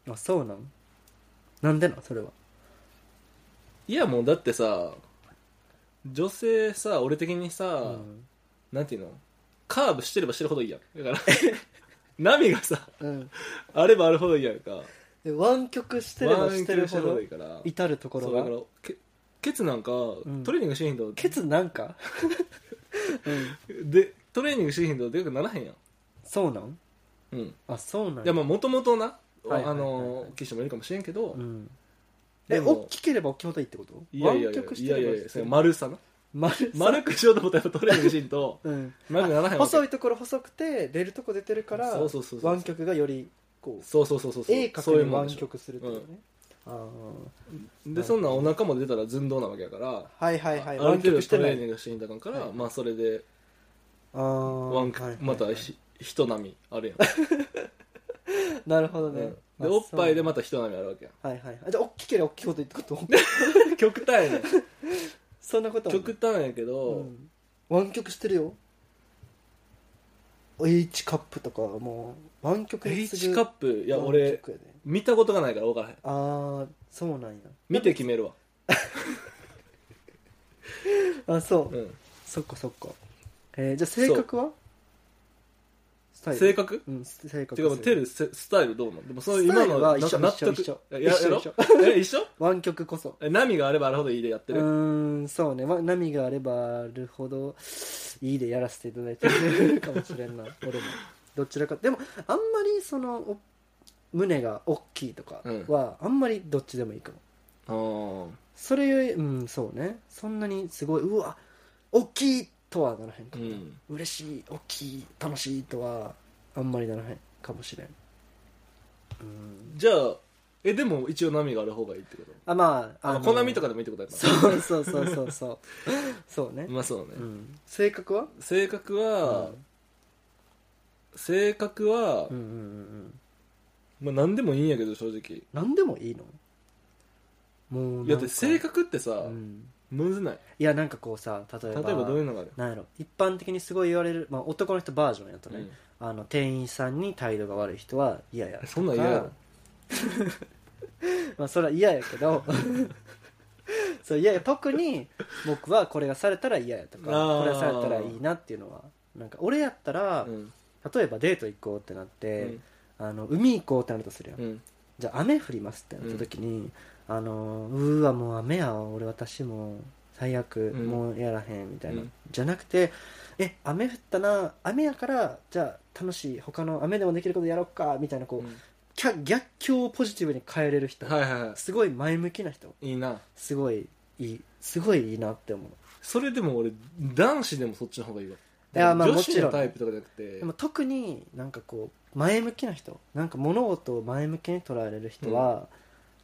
Speaker 2: あそうなんなんでなんそれはい
Speaker 1: やもうだってさ女性さ俺的にさ、
Speaker 2: うん
Speaker 1: なんていうのカーブしてればしてるほどいいやんだから 波がさ
Speaker 2: うん
Speaker 1: あればあるほどいいやんか
Speaker 2: で湾曲してればして
Speaker 1: 湾
Speaker 2: るほ
Speaker 1: 曲してるほ
Speaker 2: ど
Speaker 1: どいいから
Speaker 2: 至るところ
Speaker 1: そうだから
Speaker 2: が
Speaker 1: けケツなんか、
Speaker 2: ん
Speaker 1: トレーニングしへんと
Speaker 2: ケツなんかうん
Speaker 1: でトレーニングしへんとでかくならへんやん
Speaker 2: そうなん
Speaker 1: うん
Speaker 2: あそうなん
Speaker 1: でもともとな、
Speaker 2: はい
Speaker 1: あ
Speaker 2: はいはい
Speaker 1: の
Speaker 2: はい
Speaker 1: 騎士もいるかもしれんけど、
Speaker 2: うん、え
Speaker 1: でも
Speaker 2: 大きければ大きいほどいいってこと
Speaker 1: いやいやい
Speaker 2: 湾
Speaker 1: や
Speaker 2: 曲し
Speaker 1: い
Speaker 2: て
Speaker 1: や
Speaker 2: れ
Speaker 1: い
Speaker 2: ば
Speaker 1: やいやそれ丸さな
Speaker 2: 丸丸、
Speaker 1: 丸くしようと思ったらやっぱトレーニングしへん と
Speaker 2: うん、
Speaker 1: 丸くならへんわけ
Speaker 2: 細いところ細くて出るとこ出てるから
Speaker 1: そうそうそうそう
Speaker 2: 湾曲がよりこう
Speaker 1: そうそうそうそうそう
Speaker 2: A 角
Speaker 1: そういう
Speaker 2: に
Speaker 1: もん
Speaker 2: 湾
Speaker 1: でしょ
Speaker 2: 曲するってことねあ
Speaker 1: でそんなんお腹も出たら寸胴なわけやから
Speaker 2: あはいはいはい
Speaker 1: ある
Speaker 2: 湾
Speaker 1: 程
Speaker 2: 曲
Speaker 1: 度
Speaker 2: して
Speaker 1: ト
Speaker 2: な
Speaker 1: レーニ
Speaker 2: い
Speaker 1: ングしていただから、
Speaker 2: はい
Speaker 1: まあそれで
Speaker 2: ああ
Speaker 1: ワンク、
Speaker 2: はいはいはい
Speaker 1: またひ人波あるやん、
Speaker 2: なるほど
Speaker 1: う
Speaker 2: ね、
Speaker 1: ん
Speaker 2: あ
Speaker 1: でおっぱいで
Speaker 2: そう
Speaker 1: また人波あるわけや
Speaker 2: はいはいあじゃあ大きければ大きいほどいいってこ と
Speaker 1: ん極端やね
Speaker 2: そんなことはない
Speaker 1: 極端やけど、
Speaker 2: うん湾曲してるよ H カップとかもう湾曲に次
Speaker 1: H
Speaker 2: ぐ
Speaker 1: カップいや
Speaker 2: 湾
Speaker 1: 俺
Speaker 2: 曲やね
Speaker 1: 見たことがないから分からへん
Speaker 2: ああそうなんや
Speaker 1: 見て決めるわ、
Speaker 2: あそう、
Speaker 1: うん、
Speaker 2: そっかそっかえー、じゃあ性格はスタイル
Speaker 1: 性格
Speaker 2: うんす性格
Speaker 1: ていうかテルススタイルどうなんでもその今の
Speaker 2: スタイルは
Speaker 1: なん
Speaker 2: 一
Speaker 1: か
Speaker 2: 緒
Speaker 1: 納得
Speaker 2: 一緒一緒
Speaker 1: えや
Speaker 2: 一
Speaker 1: や
Speaker 2: 緒
Speaker 1: ろ
Speaker 2: 一緒
Speaker 1: え一緒
Speaker 2: 湾曲こそ
Speaker 1: え波があればあるほどいいでやっ
Speaker 2: う
Speaker 1: てる、
Speaker 2: ーんそうね、ま、波があればあるほどいいでやらせていただいてるかもしれんな俺もどちらかでもあんまりそのお胸が大きいとかは、あんまりどっちでもいいかも
Speaker 1: あー
Speaker 2: それよりうんそうねそんなにすごいうわ大きいとはならへん
Speaker 1: う
Speaker 2: かも
Speaker 1: ん
Speaker 2: 嬉しい大きい楽しいとはあんまりならへんかもしれんうん
Speaker 1: じゃあえでも一応波がある方がいいってこと
Speaker 2: あまあ
Speaker 1: あ
Speaker 2: あ
Speaker 1: のコナミとか
Speaker 2: か
Speaker 1: でもいいってことやから
Speaker 2: そうそうそうそうそうそうね、
Speaker 1: まあそうね、
Speaker 2: うん、性格は
Speaker 1: 性格は、
Speaker 2: うん
Speaker 1: 性格は、
Speaker 2: うんうんうん
Speaker 1: まあ、何でもいいんやけど正直
Speaker 2: 何でもいいのもうなんか
Speaker 1: だって性格ってさ、
Speaker 2: うん、
Speaker 1: むずない
Speaker 2: いやなんかこうさ例え
Speaker 1: 例え
Speaker 2: ば
Speaker 1: ばどういうのがある、
Speaker 2: なんやろ一般的にすごい言われる、まあ、男の人バージョンやと
Speaker 1: う
Speaker 2: ね、
Speaker 1: ん
Speaker 2: あの店員さんに態度が悪い人は嫌や
Speaker 1: そんなん嫌やろ
Speaker 2: まあそれは嫌やけど そう嫌や特に僕はこれがされたら嫌やとか
Speaker 1: あー
Speaker 2: これがされたらいいなっていうのはなんか俺やったら、
Speaker 1: うん
Speaker 2: 例えばデート行こうってなって、あの海行こうってなるとするやん、
Speaker 1: うん
Speaker 2: じゃあ雨降りますってなった時に、あのうーわもう雨やわ俺私もう最悪、
Speaker 1: うん
Speaker 2: もうやらへんみたいな、
Speaker 1: うん
Speaker 2: じゃなくてえ雨降ったな雨やからじゃあ楽しい他の雨でもできることやろうかみたいなこう、
Speaker 1: うん
Speaker 2: キャ逆境をポジティブに変えれる人、
Speaker 1: はいはいは
Speaker 2: すごい前向きな人
Speaker 1: いいいな
Speaker 2: すごいいいすごいいいなって思う
Speaker 1: それでも俺男子でもそっちの方がいいわ
Speaker 2: いやまあ
Speaker 1: 女
Speaker 2: もち
Speaker 1: 子
Speaker 2: ろ
Speaker 1: の
Speaker 2: ん
Speaker 1: タイプとかじゃなくて
Speaker 2: でも特になんかこう前向きな人なんか物事を前向きに捉えれる人は、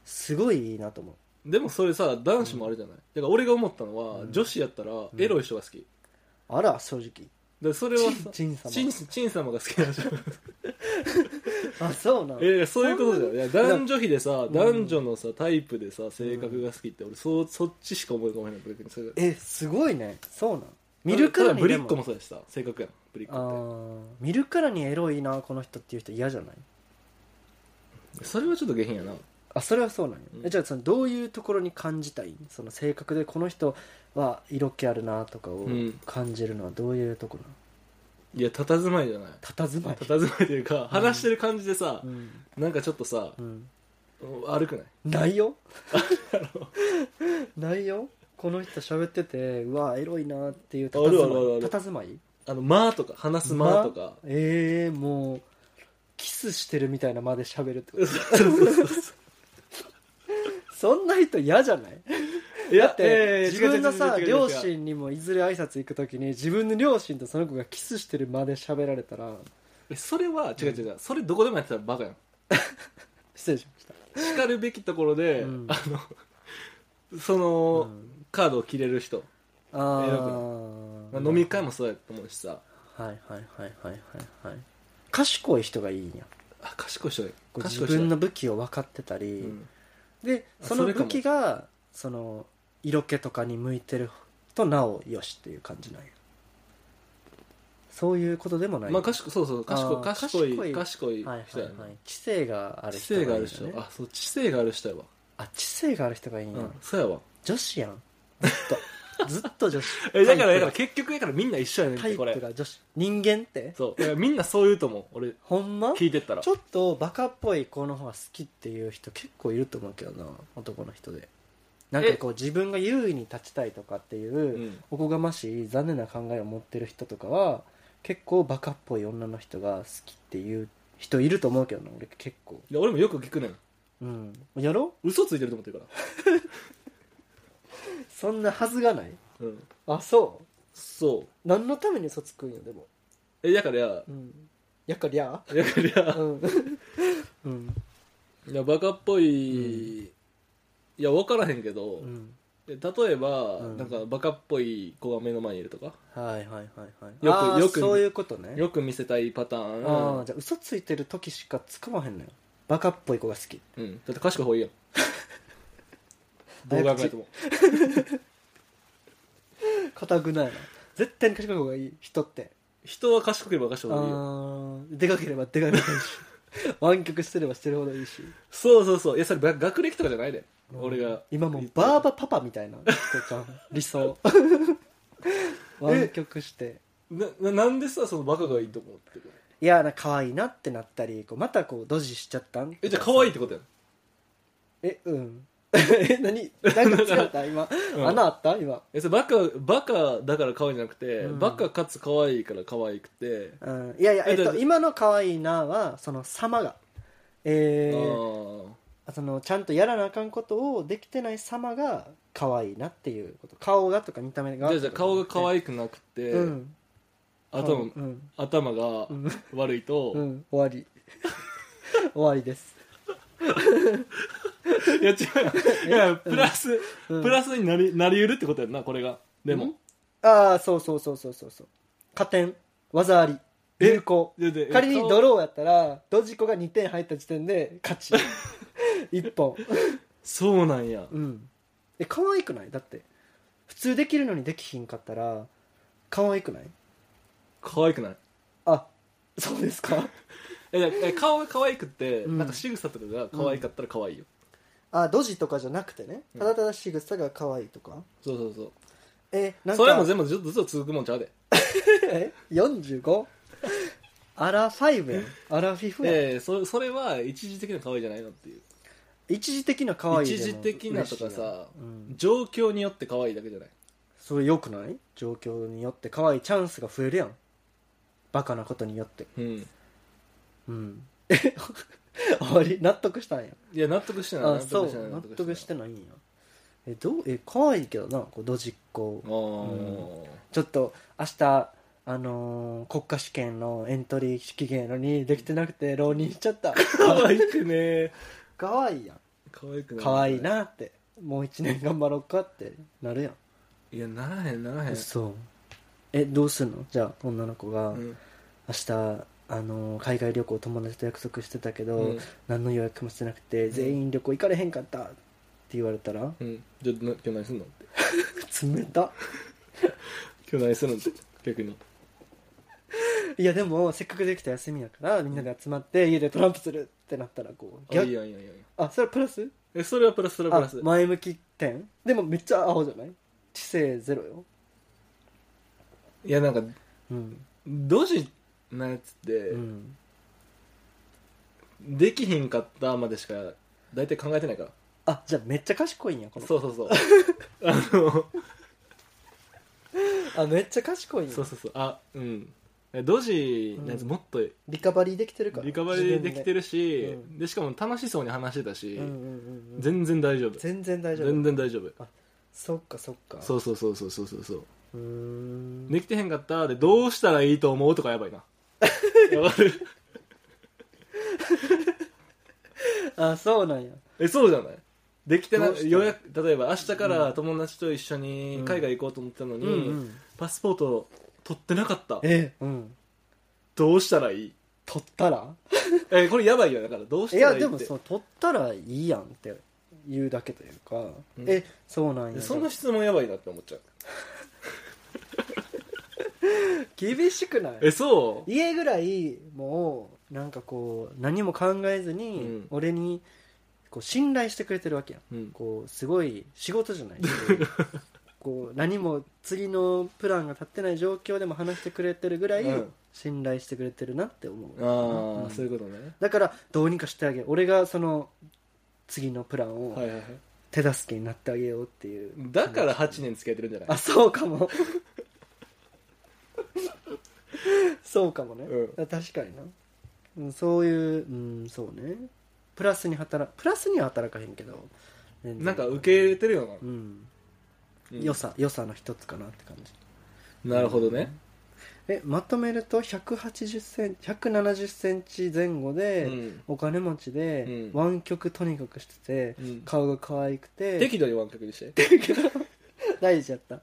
Speaker 2: すごいいいなと思う
Speaker 1: でもそれさ男子もあるじゃない、だから俺が思ったのは、
Speaker 2: うん
Speaker 1: 女子やったらエロい人が好き、
Speaker 2: あら正直
Speaker 1: らそれはさ
Speaker 2: チン様
Speaker 1: チンチン様が好きなんでしょ
Speaker 2: あそうなの
Speaker 1: えそういうことだよいや男女比でさ
Speaker 2: ん
Speaker 1: 男女のさタイプでさ性格が好きって俺そうそっちしか思い浮かばないの逆にそれ
Speaker 2: えすごいねそうなの見るからに
Speaker 1: ブリ
Speaker 2: で
Speaker 1: ッコもそうやしさ性格やんブリッ
Speaker 2: あ
Speaker 1: コっ
Speaker 2: ー見るからにエロいなこの人っていう人嫌じゃない
Speaker 1: てそれはちょっと下品やな
Speaker 2: あそれはそうなんや、
Speaker 1: うん
Speaker 2: えじゃあそのどういうところに感じたいその性格でこの人は色気あるなとかを
Speaker 1: うん
Speaker 2: 感じるのはどういうところなの
Speaker 1: いや佇まいじゃない
Speaker 2: 佇まい
Speaker 1: 佇まいというか話してる感じでさ
Speaker 2: うん、
Speaker 1: なんかちょっとさ
Speaker 2: うん、
Speaker 1: 悪くない
Speaker 2: 内 容内容この人喋っててうわエロいなっていう佇まい
Speaker 1: あるあるあるある
Speaker 2: 佇まい
Speaker 1: あの「間」とか話す「間」と か
Speaker 2: ええもうキスしてるみたいなまで喋るってことそんな人嫌じゃない
Speaker 1: いや
Speaker 2: だって、自分のさ両親にもいずれ挨拶行く時に自分の両親とその子がキスしてるまで喋られたら
Speaker 1: それは違う違う違うそれどこでもやってたらバカやん
Speaker 2: 失礼しました
Speaker 1: しかるべきところで、
Speaker 2: うん
Speaker 1: あのその、
Speaker 2: うん
Speaker 1: カードを切れる人、
Speaker 2: あ
Speaker 1: エロ
Speaker 2: あ
Speaker 1: まあ、飲み会もそうやと思うしさ
Speaker 2: はいはいはいはいはいはい賢い人がいいんや
Speaker 1: あ賢い人だよ
Speaker 2: こう
Speaker 1: 賢
Speaker 2: 自
Speaker 1: い人だよ
Speaker 2: 分の武器を分かってたり、
Speaker 1: うん
Speaker 2: で
Speaker 1: あ
Speaker 2: その
Speaker 1: それか
Speaker 2: 武
Speaker 1: も
Speaker 2: 器がその色気とかに向いてるとなおよしっていう感じなんやそういうことでもない
Speaker 1: まあ賢いそうそう賢い
Speaker 2: あー
Speaker 1: 賢い
Speaker 2: 賢い
Speaker 1: 賢い
Speaker 2: はい
Speaker 1: 人
Speaker 2: はい
Speaker 1: や
Speaker 2: は
Speaker 1: ね、
Speaker 2: い、知性がある
Speaker 1: 知
Speaker 2: 人
Speaker 1: 性
Speaker 2: がいいよ
Speaker 1: があ
Speaker 2: ね、
Speaker 1: る人、あそう知性がある人やわ、
Speaker 2: あ知性がある人がいいん
Speaker 1: う
Speaker 2: や、
Speaker 1: んそうやわ
Speaker 2: 女子やんずっと ずっと女子
Speaker 1: えだから
Speaker 2: タ
Speaker 1: だから
Speaker 2: イプが
Speaker 1: 結局だからみんな一緒やねんっ
Speaker 2: タ
Speaker 1: て
Speaker 2: イ
Speaker 1: こ
Speaker 2: プ
Speaker 1: れ
Speaker 2: が女子人間って
Speaker 1: そうだからみんなそう言うと思う俺
Speaker 2: ほんま
Speaker 1: 聞いてったら
Speaker 2: ちょっとバカっぽい子の方が好きっていう人結構いると思うけどな男の人でなんかこう自分が優位に立ちたいとかっていう、
Speaker 1: うん
Speaker 2: おこがましい残念な考えを持ってる人とかは結構バカっぽい女の人が好きっていう人いると思うけどな俺結構
Speaker 1: いや俺もよく聞くねん
Speaker 2: うんやろ
Speaker 1: 嘘ついてると思ってるか
Speaker 2: そんなはずがない
Speaker 1: ら、うん、
Speaker 2: あそ
Speaker 1: そう
Speaker 2: う何のために嘘つくんよでも
Speaker 1: えだから
Speaker 2: うんやっかりゃ
Speaker 1: だから
Speaker 2: うん うん
Speaker 1: いやバカっぽい、いや分からへんけど、
Speaker 2: うん
Speaker 1: で例えば、
Speaker 2: うん
Speaker 1: なんかバカっぽい子が目の前にいるとか
Speaker 2: はいはいはいはい
Speaker 1: よく
Speaker 2: あー
Speaker 1: よく
Speaker 2: そういうことね
Speaker 1: よく見せたいパタ
Speaker 2: あ
Speaker 1: ー
Speaker 2: あ
Speaker 1: ン
Speaker 2: じゃあ嘘ついてる時しかつかまへんのよバカっぽい子が好き
Speaker 1: うん、だって賢い方が いいやん動画考えても
Speaker 2: 固くないな絶対に賢い方がいい人って
Speaker 1: 人は賢ければ賢い
Speaker 2: あ
Speaker 1: 方がいいよ
Speaker 2: ーでかければでかいほどい いし湾曲してればしてるほどいいし
Speaker 1: そうそうそういやそれが学歴とかじゃないで、俺が
Speaker 2: 今もうバーバパパみたいな人ちゃん 理想湾曲して
Speaker 1: なななんでさそのバカがいいと思ってる
Speaker 2: いやな可愛いなってなったりこうまたこうドジしちゃったん
Speaker 1: えじゃあ可愛いってことやん
Speaker 2: えうん え何なんか違った今、
Speaker 1: ん
Speaker 2: 穴あった今
Speaker 1: えそれバカバカだから可愛いじゃなくて、
Speaker 2: うん
Speaker 1: バカかつ可愛いから可愛くて
Speaker 2: うんいやいや、えっ
Speaker 1: えだ
Speaker 2: と、
Speaker 1: だ
Speaker 2: 今の可愛いなはその様がえ
Speaker 1: あ
Speaker 2: ー
Speaker 1: ー
Speaker 2: そのちゃんとやらなあかんことをできてない様が可愛いなっていうこと顔がとか見た目が
Speaker 1: じゃあじゃあ顔が可
Speaker 2: い
Speaker 1: 愛くなくて、
Speaker 2: うん
Speaker 1: 頭
Speaker 2: うん
Speaker 1: 頭が
Speaker 2: うん
Speaker 1: 悪いと、
Speaker 2: うん 終わり終わりです
Speaker 1: いや違ういやプラス、
Speaker 2: うん
Speaker 1: プラスになりなりうるってことやんなこれがでも、
Speaker 2: うんああそうそうそうそうそうそう加点技あり
Speaker 1: え
Speaker 2: 有効
Speaker 1: でで
Speaker 2: 仮にド
Speaker 1: 顔
Speaker 2: ローやったらドジコが2点入った時点で 勝ち一本
Speaker 1: そうなんや
Speaker 2: うんえ可愛くないだって普通できるのにできひんかったら可愛くない
Speaker 1: 可愛くない
Speaker 2: あそうですか
Speaker 1: えだえ顔が可愛くって、
Speaker 2: うん
Speaker 1: なんか仕草とかが可愛かったら可愛いよ、
Speaker 2: あドジとかじゃなくてね
Speaker 1: うん
Speaker 2: ただただ仕草が可愛いとか、
Speaker 1: そうそうそう
Speaker 2: えなんか
Speaker 1: それも全部ずっとずっと続くもんちゃうで
Speaker 2: え 45? アラファイブやんアラフィフやん、
Speaker 1: ええそそれは一時的な可愛いじゃないのっていう
Speaker 2: 一時的な可愛いでも
Speaker 1: 一時的なとかさ
Speaker 2: 嬉しいやんうん、
Speaker 1: 状況によって可愛いだけじゃない
Speaker 2: それよくない状況によって可愛いチャンスが増えるやんバカなことによって
Speaker 1: うん
Speaker 2: うんえ 終わり納得したんや
Speaker 1: いや納得してない
Speaker 2: あそう納
Speaker 1: 納
Speaker 2: 得
Speaker 1: 得
Speaker 2: し
Speaker 1: してて
Speaker 2: ないんやえどうえ可愛いけどなこうドジっ子
Speaker 1: ないあー
Speaker 2: ちょっと明日あのー国家試験のエントリー期限やのにできてなくて浪人しち ゃった
Speaker 1: 可愛くねー
Speaker 2: 可愛いやん
Speaker 1: 可愛くない
Speaker 2: 可愛いなってもう一年頑張ろうかってなるやん
Speaker 1: いやならへんならへん
Speaker 2: そえどうすんのじゃあ女の子が、
Speaker 1: うん
Speaker 2: 明日あの海外旅行友達と約束してたけど、
Speaker 1: うん
Speaker 2: 何の予約もしてなくて全員旅行行かれへんかったって言われたら
Speaker 1: うんじゃあな今日何すんのって
Speaker 2: 冷 た
Speaker 1: 今日何するのって逆に
Speaker 2: いやでもせっかくできた休みやからみんなで集まって家でトランプするってなったらこう
Speaker 1: あいやい
Speaker 2: 逆
Speaker 1: やいやいや
Speaker 2: あそれはプラス
Speaker 1: えそれはプラスそれはプラ
Speaker 2: あ
Speaker 1: ス
Speaker 2: 前向き点でもめっちゃアホじゃない知性ゼロよ
Speaker 1: いやなんか
Speaker 2: うん
Speaker 1: ドジなやつって、
Speaker 2: うん
Speaker 1: できひんかったまでしか大体考えてないから
Speaker 2: あじゃあめっちゃ賢いんやこの子
Speaker 1: そうそうそう あの
Speaker 2: あめっちゃ賢いんや
Speaker 1: そうそうそうあうんドジなやつもっと
Speaker 2: リカバリーできてるから
Speaker 1: リカバリーできて
Speaker 2: る
Speaker 1: るし、
Speaker 2: 自分で
Speaker 1: でしかも楽しそうに話してたし、
Speaker 2: うんうんうんうん
Speaker 1: 全然大丈夫
Speaker 2: 全然大丈
Speaker 1: 全
Speaker 2: 夫
Speaker 1: 然大丈夫
Speaker 2: そっかそっか
Speaker 1: そうそうそうそうそうそうそう
Speaker 2: うーん
Speaker 1: できてへんかったでどうしたらいいと思うとかや ばいなわかる
Speaker 2: あそうなんや
Speaker 1: えそうじゃないできてな
Speaker 2: どうした
Speaker 1: 予約例えば明日から友達と一緒に海外行こうと思ったのに、
Speaker 2: うん
Speaker 1: パスポート取ってなかった
Speaker 2: えうん
Speaker 1: どうしたらいい
Speaker 2: 取ったら
Speaker 1: えこれやばいよだからどうし
Speaker 2: い
Speaker 1: たら
Speaker 2: や
Speaker 1: いいって
Speaker 2: でもそう取ったらいいやんって言うだけというか、
Speaker 1: うん
Speaker 2: えそうなんや
Speaker 1: その質問やばいなって思っちゃう
Speaker 2: 厳しくない
Speaker 1: えそう
Speaker 2: 家ぐらいもうなんかこう何も考えずに、
Speaker 1: うん
Speaker 2: 俺にこう信頼してくれてるわけやん
Speaker 1: うん
Speaker 2: こうすごい仕事じゃない こう何も次のプランが立ってない状況でも話してくれてるぐらい
Speaker 1: うん
Speaker 2: 信頼してくれてるなって思う、
Speaker 1: ああ、
Speaker 2: うん
Speaker 1: そういうことね
Speaker 2: だからどうにかしてあげる俺がその次のプラン
Speaker 1: は
Speaker 2: を
Speaker 1: いはいはい
Speaker 2: 手助けになってあげようっていう、
Speaker 1: だから8年付き合ってるんじゃな
Speaker 2: あ
Speaker 1: い
Speaker 2: そうかもそうかもね、
Speaker 1: う
Speaker 2: 確かにな、うん、そういううんそうねプラスに働プラスには働かへんけど全然
Speaker 1: なんか受け入れてるよな、
Speaker 2: うん、
Speaker 1: うん
Speaker 2: 良さ良さの一つかなって感じ
Speaker 1: なるほどね、
Speaker 2: えまとめると180センチ170センチ前後
Speaker 1: う
Speaker 2: で、
Speaker 1: ん
Speaker 2: お金持ちで、
Speaker 1: うん
Speaker 2: 湾曲とにかくしてて
Speaker 1: うん、
Speaker 2: 顔が可愛くて
Speaker 1: 適度に湾曲にして
Speaker 2: 大事やった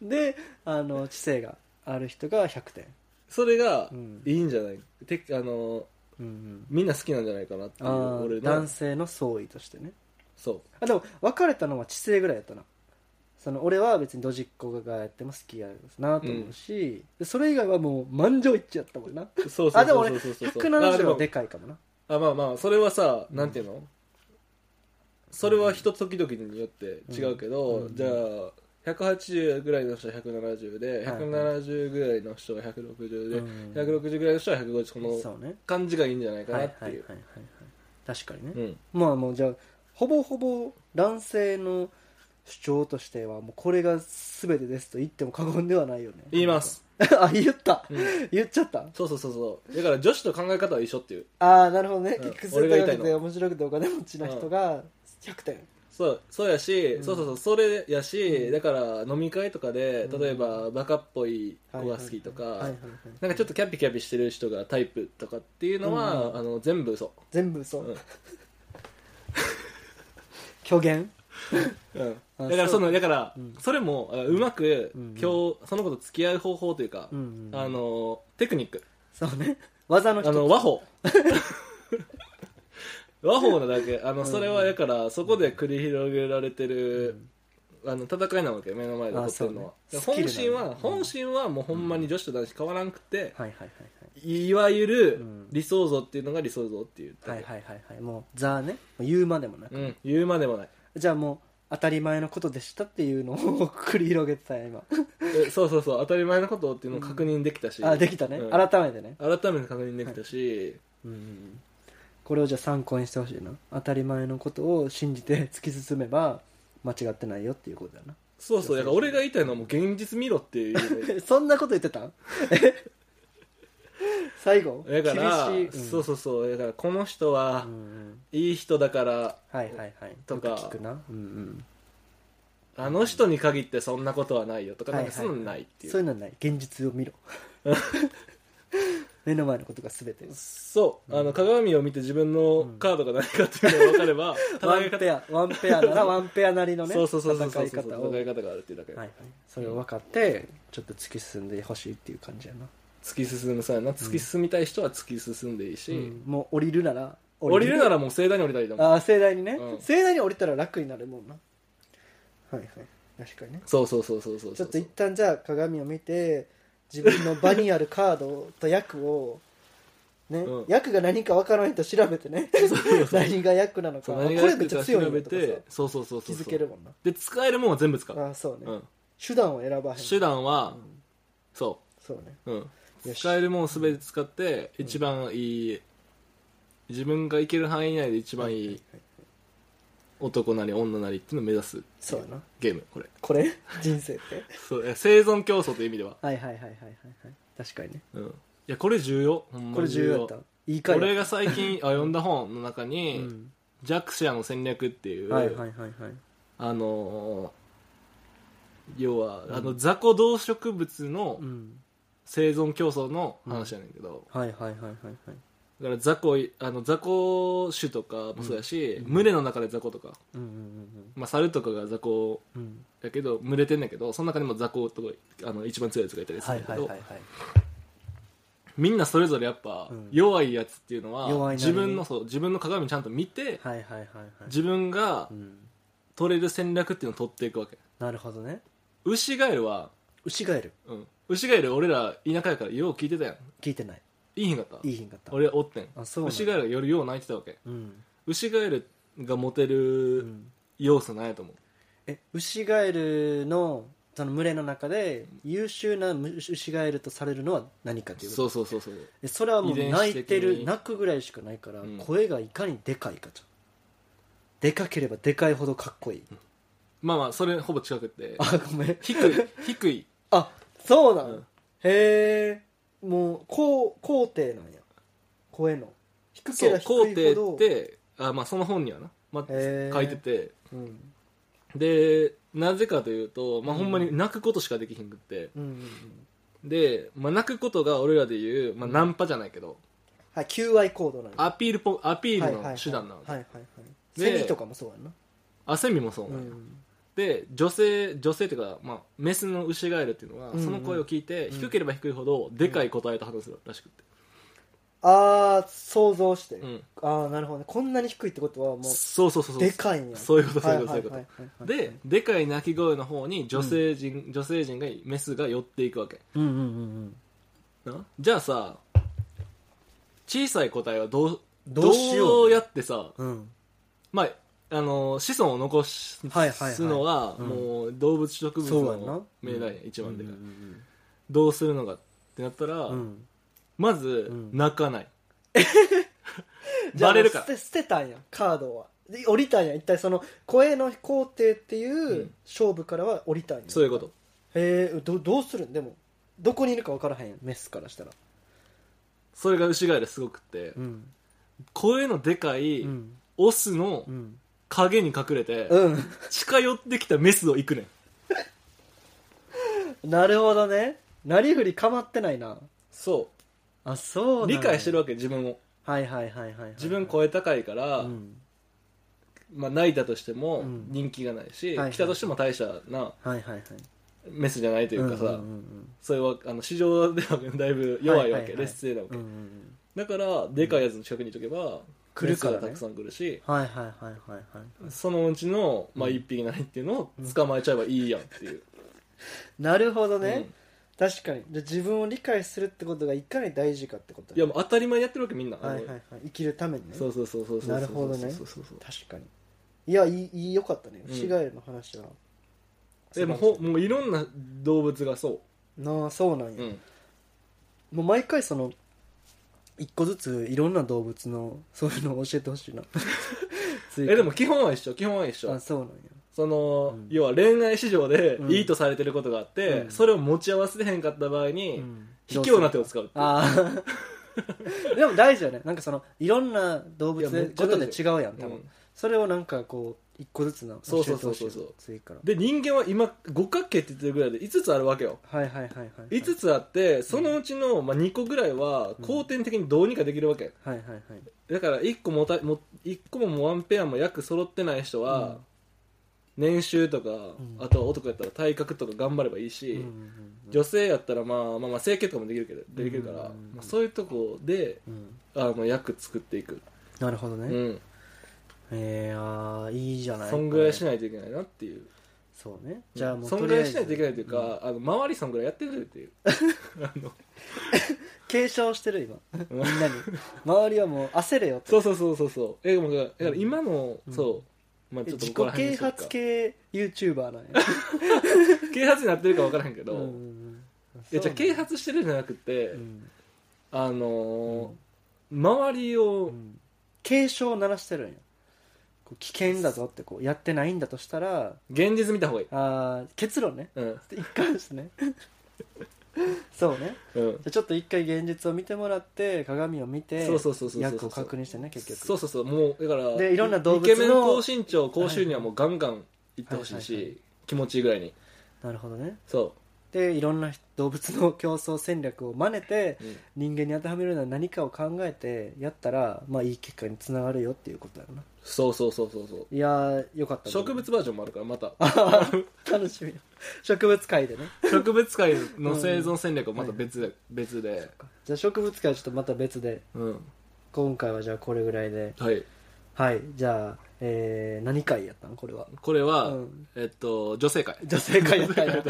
Speaker 2: であの知性がある人が100点
Speaker 1: それが
Speaker 2: うん
Speaker 1: いいんじゃない、てあの
Speaker 2: うんうん
Speaker 1: みんな好きなんじゃないかなっていう
Speaker 2: あ
Speaker 1: 俺
Speaker 2: ー
Speaker 1: の
Speaker 2: 男性の相違としてね
Speaker 1: そ
Speaker 2: あでも別れたのは知性ぐらいやったなその俺は別にドジっ子がやっても好きやなと思うし、でそれ以外はもう満場一致やったもんな
Speaker 1: うそうそう
Speaker 2: あで
Speaker 1: そ
Speaker 2: も俺
Speaker 1: うそうそうそうあ
Speaker 2: 170
Speaker 1: で
Speaker 2: は
Speaker 1: も
Speaker 2: でかいかもな
Speaker 1: あまあまあそれはさ、
Speaker 2: うん
Speaker 1: なんていうのそれは人時々によって違うけど、
Speaker 2: うんうん
Speaker 1: じゃあ180ぐらいの人は170で、
Speaker 2: はい
Speaker 1: 170ぐらいの人は160で、
Speaker 2: うん
Speaker 1: 160ぐらいの人は150この
Speaker 2: そうね
Speaker 1: 感じがいいんじゃないか
Speaker 2: はいは
Speaker 1: ないって、
Speaker 2: はいはいいうはい確かにね、
Speaker 1: うん
Speaker 2: まあもうじゃあほぼほぼ男性の主張としてはもうこれが全てですと言っても過言ではないよね
Speaker 1: 言います
Speaker 2: あ言った、
Speaker 1: うん
Speaker 2: 言っちゃった
Speaker 1: そうそうそうそうだから女子と考え方は一緒っていう
Speaker 2: ああなるほどね
Speaker 1: うん
Speaker 2: 結局
Speaker 1: 俺が言いたい
Speaker 2: 性
Speaker 1: の
Speaker 2: 格で面白くてお金持ちな人が100点
Speaker 1: そうそうやし、
Speaker 2: ん
Speaker 1: そうそうそうそれやし、
Speaker 2: うん
Speaker 1: だから飲み会とかで
Speaker 2: うん
Speaker 1: 例えばバカっぽい子が好きと
Speaker 2: はいはい
Speaker 1: か
Speaker 2: はい
Speaker 1: なんかちょっとキャピキャピしてる人がタイプとかっていうのは、
Speaker 2: うん
Speaker 1: あの全部嘘
Speaker 2: 全部そう、
Speaker 1: うん
Speaker 2: 虚言あ
Speaker 1: だから
Speaker 2: そ
Speaker 1: そうのだから、
Speaker 2: うん
Speaker 1: それもあうまく、
Speaker 2: うんうん
Speaker 1: 今日その子と付き合う方法というか、
Speaker 2: うんうん
Speaker 1: あのテクニック
Speaker 2: そうね技の
Speaker 1: あ
Speaker 2: 人
Speaker 1: の和法 和法なだけあのそれはだからそこで繰り広げられてる、あの戦いなわけ目の前で起こってるのは、
Speaker 2: あそうね
Speaker 1: 本心は、
Speaker 2: スキルだねうん
Speaker 1: 本心はもうほんまに女子と男子変わらんくて、
Speaker 2: はいはいはい
Speaker 1: いわゆ
Speaker 2: う
Speaker 1: る
Speaker 2: ん
Speaker 1: 理想像っていうのが理想像っていう、
Speaker 2: はいはいはいはいはいもうザーねもう言うまでもなく、
Speaker 1: うん、言うまでもない
Speaker 2: じゃあもう当たり前のことでしたっていうのを繰り広げてたよ今
Speaker 1: えそうそうそう当たり前のことっていうのを確認できたし、
Speaker 2: あできたね、
Speaker 1: うん
Speaker 2: 改めてね、
Speaker 1: 改めて確認できたし、
Speaker 2: うん、これをじゃあ参考にしてほしいな当たり前のことを信じて突き進めば間違ってないよっていうことだな
Speaker 1: そうそうだから俺が言いたいのはもう現実見ろっていう
Speaker 2: そんなこと言ってた んえ最後
Speaker 1: だから、
Speaker 2: 厳しい、ん
Speaker 1: そうそうそうだからこの人は
Speaker 2: うんうん
Speaker 1: いい人だから、
Speaker 2: はいはいはい
Speaker 1: とか
Speaker 2: よく聞くな、うんうん、
Speaker 1: あの人に限ってそんなことはないよとか、
Speaker 2: はい
Speaker 1: なんかそういうのないっていう、
Speaker 2: そういうのはない現実を見ろ 目の前のことが全て
Speaker 1: そう、あの鏡を見て自分のカードが何かっていうのが分かれ ば
Speaker 2: ワ
Speaker 1: 戦い
Speaker 2: ン
Speaker 1: 方
Speaker 2: ペアワンペア ならワンペアなりのね
Speaker 1: そうそうそうそうそ
Speaker 2: 戦
Speaker 1: う
Speaker 2: い
Speaker 1: 戦い
Speaker 2: 方
Speaker 1: 方
Speaker 2: を、はい
Speaker 1: があるっていうだけ、
Speaker 2: はい、それを分かってちょっと突き進んでほしいっていう感じやな、
Speaker 1: 突き進むさやな突き進みたい人は突き進んでいいし、
Speaker 2: うんもう降りるなら
Speaker 1: 降りるならもう盛大に降りたいと思う
Speaker 2: ああ盛大にね、
Speaker 1: うん
Speaker 2: 盛大に降りたら楽になるもんなはいはい確かにね
Speaker 1: そうそうそうそうそう
Speaker 2: ち
Speaker 1: そ
Speaker 2: ょ
Speaker 1: う
Speaker 2: っ と一旦じゃあ鏡を見て自分の場にあるカードと役をね、
Speaker 1: うん
Speaker 2: 役が何か分からないと調べてね何が役なのか
Speaker 1: そう
Speaker 2: あこ
Speaker 1: 何がや
Speaker 2: れ
Speaker 1: って
Speaker 2: めっ
Speaker 1: る
Speaker 2: ちゃ
Speaker 1: か
Speaker 2: 強い
Speaker 1: 調
Speaker 2: よ
Speaker 1: べ
Speaker 2: とかさ
Speaker 1: てそうそうそう
Speaker 2: 気
Speaker 1: そうそう
Speaker 2: づけるもんな
Speaker 1: で使えるもんは全部使う、
Speaker 2: ああそうね、
Speaker 1: うん、
Speaker 2: 手段を選ばへん
Speaker 1: 手段は、そ
Speaker 2: そうね
Speaker 1: う、うん、
Speaker 2: よし
Speaker 1: 使えるもん全て使って一番いい、自分がいける範囲内で一番いい男なり女なりっていうのを目指す
Speaker 2: そうやな
Speaker 1: ゲームこれ
Speaker 2: これ人生って
Speaker 1: そういや生存競争という意味では、
Speaker 2: はいはいはいはいはいはい確かにね
Speaker 1: うん、いやこれ重要ほんまに
Speaker 2: これ重要だったいい回
Speaker 1: 俺
Speaker 2: が、
Speaker 1: が最近あ読んだ本の中
Speaker 2: う
Speaker 1: に「
Speaker 2: ん、
Speaker 1: 弱者の戦略」っていう、
Speaker 2: はいはいはいはい
Speaker 1: あのー要は、あの雑魚動植物の
Speaker 2: うん
Speaker 1: 生存競争の話やねんけど、
Speaker 2: はいはいはいはいはい
Speaker 1: だから雑魚いあの雑魚種とかもそうやし、群れの中で雑魚とか、
Speaker 2: うんうん
Speaker 1: まあ、猿とかが雑魚
Speaker 2: うんうん
Speaker 1: やけど群れてんだけどその中にも雑魚とかあの一番強いやつがいたりす
Speaker 2: は
Speaker 1: る
Speaker 2: い
Speaker 1: んだけど、
Speaker 2: はいはいはい
Speaker 1: みんなそれぞれやっぱ、
Speaker 2: うん
Speaker 1: 弱いやつっていうの
Speaker 2: 弱
Speaker 1: はい
Speaker 2: なり
Speaker 1: 自
Speaker 2: に
Speaker 1: 分のそう自分の鏡ちゃんと見て、
Speaker 2: はいはいはいはい
Speaker 1: 自分が
Speaker 2: うん
Speaker 1: 取れる戦略っていうのを取っていくわけ
Speaker 2: なるほどね
Speaker 1: ウシガエルは、
Speaker 2: 牛ガエル
Speaker 1: うん、ウシガエル俺ら田舎やからよう聞いてたやん
Speaker 2: 聞いてない
Speaker 1: いいひんかった
Speaker 2: いい品だった
Speaker 1: 俺おってん
Speaker 2: あそうな
Speaker 1: ウ
Speaker 2: んだ
Speaker 1: シガエルがよりよう泣いてたわけ
Speaker 2: うん、
Speaker 1: ウシガエルがモテ
Speaker 2: う
Speaker 1: る
Speaker 2: ん、
Speaker 1: 要素ないと思う
Speaker 2: え牛ガエルのその群れの中で優秀な牛ガエルとされるのは何かということ
Speaker 1: そうそうそうそう
Speaker 2: えそれはもう
Speaker 1: 遺伝
Speaker 2: 泣
Speaker 1: 子
Speaker 2: い
Speaker 1: 的
Speaker 2: て
Speaker 1: に
Speaker 2: る泣くぐらいしかないから、
Speaker 1: うん
Speaker 2: 声がいかにでかいかとでかければでかいほどかっこいい、
Speaker 1: まあまあそれほぼ近くって
Speaker 2: あごめん
Speaker 1: 低い 低い
Speaker 2: あそうなの、
Speaker 1: うん
Speaker 2: へえもう高高低なんや声の低け
Speaker 1: そ
Speaker 2: れば
Speaker 1: う
Speaker 2: 低
Speaker 1: 皇
Speaker 2: い
Speaker 1: 帝
Speaker 2: ほど
Speaker 1: ってあまあその本にはな、まあ、
Speaker 2: へー
Speaker 1: 書いてて
Speaker 2: うん
Speaker 1: でなぜかというと、まあ、
Speaker 2: うん
Speaker 1: ほんまに泣くことしかできひんくって、
Speaker 2: うんうんうん
Speaker 1: で、まあ、泣くことが俺らで言う、まあ、ナンパじゃないけど
Speaker 2: はい求愛行動なんや
Speaker 1: アピールポアピール
Speaker 2: はいはいは
Speaker 1: の
Speaker 2: い
Speaker 1: 手段なの、
Speaker 2: はいはいはい
Speaker 1: で
Speaker 2: セミとかもそうやんな
Speaker 1: 汗見もそうなんや、
Speaker 2: うん
Speaker 1: で女性女性っていうか、まあ、メスのウシガエルっていうのは、
Speaker 2: うんうん
Speaker 1: その声を聞いて低ければ低いほどでかい答えと話すらしくって、
Speaker 2: ああ想像して、
Speaker 1: うん
Speaker 2: ああなるほどねこんなに低いってことはも
Speaker 1: そうそうそうそう
Speaker 2: うでかいんや
Speaker 1: そういうことそういうことそういうこと
Speaker 2: と
Speaker 1: ででかい鳴き声の方に女性人、女性人がメスが寄っていくわけ
Speaker 2: うんうんうんうん
Speaker 1: なじゃあさ小さい個体はどう
Speaker 2: どうしようね
Speaker 1: どうやってさ、
Speaker 2: うん
Speaker 1: まああの子孫を残す
Speaker 2: はいはいはい
Speaker 1: のは
Speaker 2: うん
Speaker 1: もう動物植物
Speaker 2: そうやんな
Speaker 1: の命題や一番でかい、
Speaker 2: うん
Speaker 1: どうするのかってなったら、
Speaker 2: うんうん
Speaker 1: まず
Speaker 2: うん
Speaker 1: 泣か ない、
Speaker 2: じゃあ
Speaker 1: バレるから
Speaker 2: 捨て捨てたんやカードはで降りたんや一体その声の工程っていううん勝負からは降りたんや
Speaker 1: そういうこと
Speaker 2: へえどどうするんでもどこにいるか分からへんやんメスからしたら
Speaker 1: それが牛ガエルすごくって、
Speaker 2: ん
Speaker 1: 声のでかい、
Speaker 2: うん
Speaker 1: オスの
Speaker 2: うん
Speaker 1: 影に隠れて、
Speaker 2: う
Speaker 1: 近寄ってきたメスを行くねん
Speaker 2: んなるほどねなりふり構ってないな
Speaker 1: そ
Speaker 2: あそう
Speaker 1: う
Speaker 2: なんや
Speaker 1: 理解してるわけ自分を
Speaker 2: はいはいはいはいはい
Speaker 1: 自分声高いから、
Speaker 2: うん
Speaker 1: まあ、泣いたとしても
Speaker 2: うん
Speaker 1: 人気がないし、
Speaker 2: はいはい
Speaker 1: 来たとしても大したな
Speaker 2: はいはいはい
Speaker 1: メスじゃないと
Speaker 2: と
Speaker 1: いうかさ、
Speaker 2: うんうん
Speaker 1: それはあの市場ではだいぶ弱いわけ、
Speaker 2: はいはいはい
Speaker 1: 劣勢なわ
Speaker 2: う
Speaker 1: け、
Speaker 2: んうんうんうん
Speaker 1: だからでかいやつの近くにいとけば、
Speaker 2: 来るか
Speaker 1: メ
Speaker 2: らね
Speaker 1: スがたくさん来るし
Speaker 2: はいはいはいはいはい
Speaker 1: そのうちの、まあ、
Speaker 2: うん
Speaker 1: 1匹なりっていうのを捕まえちゃえばいいやんっていう、
Speaker 2: なるほど
Speaker 1: うん
Speaker 2: ね確かにじゃあ自分を理解するってことがいかに大事かってこと
Speaker 1: いやもう当たり前にやってるわけみんな、
Speaker 2: はいはいはい生きるためにね
Speaker 1: そうそうそうそうそうそう
Speaker 2: なるほどね
Speaker 1: そうそうそう
Speaker 2: 確かにいやいいいいよかったね
Speaker 1: うん
Speaker 2: ウシガエルの話は、
Speaker 1: でもほもういろんな動物がそ
Speaker 2: なあそうなん
Speaker 1: う、
Speaker 2: や、
Speaker 1: うん
Speaker 2: もう毎回その一個ずついろんな動物のそういうのを教えてほし いなえ
Speaker 1: えでも基本は一緒基本は一緒
Speaker 2: あそうなんや
Speaker 1: その、
Speaker 2: うん
Speaker 1: 要は恋愛市場で
Speaker 2: うん
Speaker 1: いいとされてることがあって、
Speaker 2: うん
Speaker 1: それを持ち合わせてへんかった場合に、
Speaker 2: うん
Speaker 1: 卑怯な手を使うっていう
Speaker 2: ああ でも大事よねなんかそのいろんな動物
Speaker 1: いやめ
Speaker 2: で
Speaker 1: っちゃ
Speaker 2: ご
Speaker 1: 大事
Speaker 2: とで違うやん多分、
Speaker 1: うん
Speaker 2: それをなんかこう一個ずつな
Speaker 1: そうそうそうそう
Speaker 2: 教えてほしいよ次から
Speaker 1: で人間は今五角形って言ってるぐらいで5つあるわけよ
Speaker 2: はいはいはいはいはい
Speaker 1: 5つあってそのうちの、まあ、2個ぐらいは後天的にどうにかできるわけ
Speaker 2: はいはいはい
Speaker 1: だから1個もたも一個ももうワンペアも約揃ってない人は、年収とか、
Speaker 2: ん
Speaker 1: あとは男やったら体格とか頑張ればいいし、
Speaker 2: うんうんうん
Speaker 1: 女性やったら、まあ、まあまあ整形とかもできるけどできるから、
Speaker 2: うんうんうん
Speaker 1: まあ、そういうとこで
Speaker 2: うん
Speaker 1: あの役作っていく、
Speaker 2: なるほどね、
Speaker 1: う
Speaker 2: え
Speaker 1: ん、
Speaker 2: えあーいいじゃない
Speaker 1: そんぐらいし
Speaker 2: い
Speaker 1: ないといけないなっていう
Speaker 2: そうねじゃあもう
Speaker 1: そん
Speaker 2: と
Speaker 1: ぐ
Speaker 2: り
Speaker 1: ら
Speaker 2: あえ
Speaker 1: い
Speaker 2: ず
Speaker 1: しないといけないというか、あの周りそんぐらいやってるっていうあの
Speaker 2: 継承してる今みんなに周りはもう焦れよと
Speaker 1: そうそうそうそうそうえもうだから今の、
Speaker 2: うん
Speaker 1: そうまあちょっとこ
Speaker 2: 自己
Speaker 1: こら辺
Speaker 2: 啓
Speaker 1: にしとくか
Speaker 2: 発系 YouTuber なんや
Speaker 1: 啓発になってるか分からへんけ
Speaker 2: う
Speaker 1: ど、
Speaker 2: んうんうん
Speaker 1: いやじゃあ啓発してるじゃなくて、
Speaker 2: うん
Speaker 1: あのー周りを
Speaker 2: うん警鐘を鳴らしてるんやこう危険だぞってこうやってないんだとしたら
Speaker 1: 現実見た方がいい、
Speaker 2: あー結論ね
Speaker 1: うん
Speaker 2: 一貫ですね そうね
Speaker 1: うん、
Speaker 2: じゃあちょっと一回現実を見てもらって鏡を見て
Speaker 1: そうそうそうそうそう
Speaker 2: 役を確認してね結局
Speaker 1: そうそうそうもうだから
Speaker 2: でいろんな動物の
Speaker 1: イケメン高身長高収入はもうガンガンいってほしいし、
Speaker 2: はいはいは
Speaker 1: 気持ちいいぐらいに
Speaker 2: なるほどね
Speaker 1: そ
Speaker 2: でいろんな動物の競争戦略を真似て
Speaker 1: う、うん
Speaker 2: 人間に当てはめるような何かを考えてやったらまあいい結果につながるよっていうことだよな
Speaker 1: そうそうそうそうそう
Speaker 2: いやーよかった
Speaker 1: 植物バージョンもあるからまた
Speaker 2: 楽しみ 植物界でね
Speaker 1: 植物界の生存戦略はまた別で、別で
Speaker 2: じゃあ植物界はちょっとまた別で
Speaker 1: うん
Speaker 2: 今回はじゃあこれぐらいで
Speaker 1: はい
Speaker 2: はいじゃあ、えー、何回やったのこれは
Speaker 1: これは、
Speaker 2: うん
Speaker 1: えっと女性会
Speaker 2: 女性会やっ たんや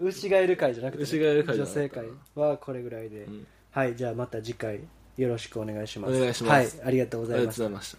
Speaker 2: 牛がいる会じゃなくてね、
Speaker 1: 牛がいる会じゃなか
Speaker 2: 女
Speaker 1: った
Speaker 2: 性会はこれぐらいで、
Speaker 1: ん
Speaker 2: はいじゃあまた次回よろしくお願いします
Speaker 1: お願いします
Speaker 2: はいありがとうご
Speaker 1: あり
Speaker 2: ざ
Speaker 1: がと
Speaker 2: い
Speaker 1: ござい
Speaker 2: うました
Speaker 1: ました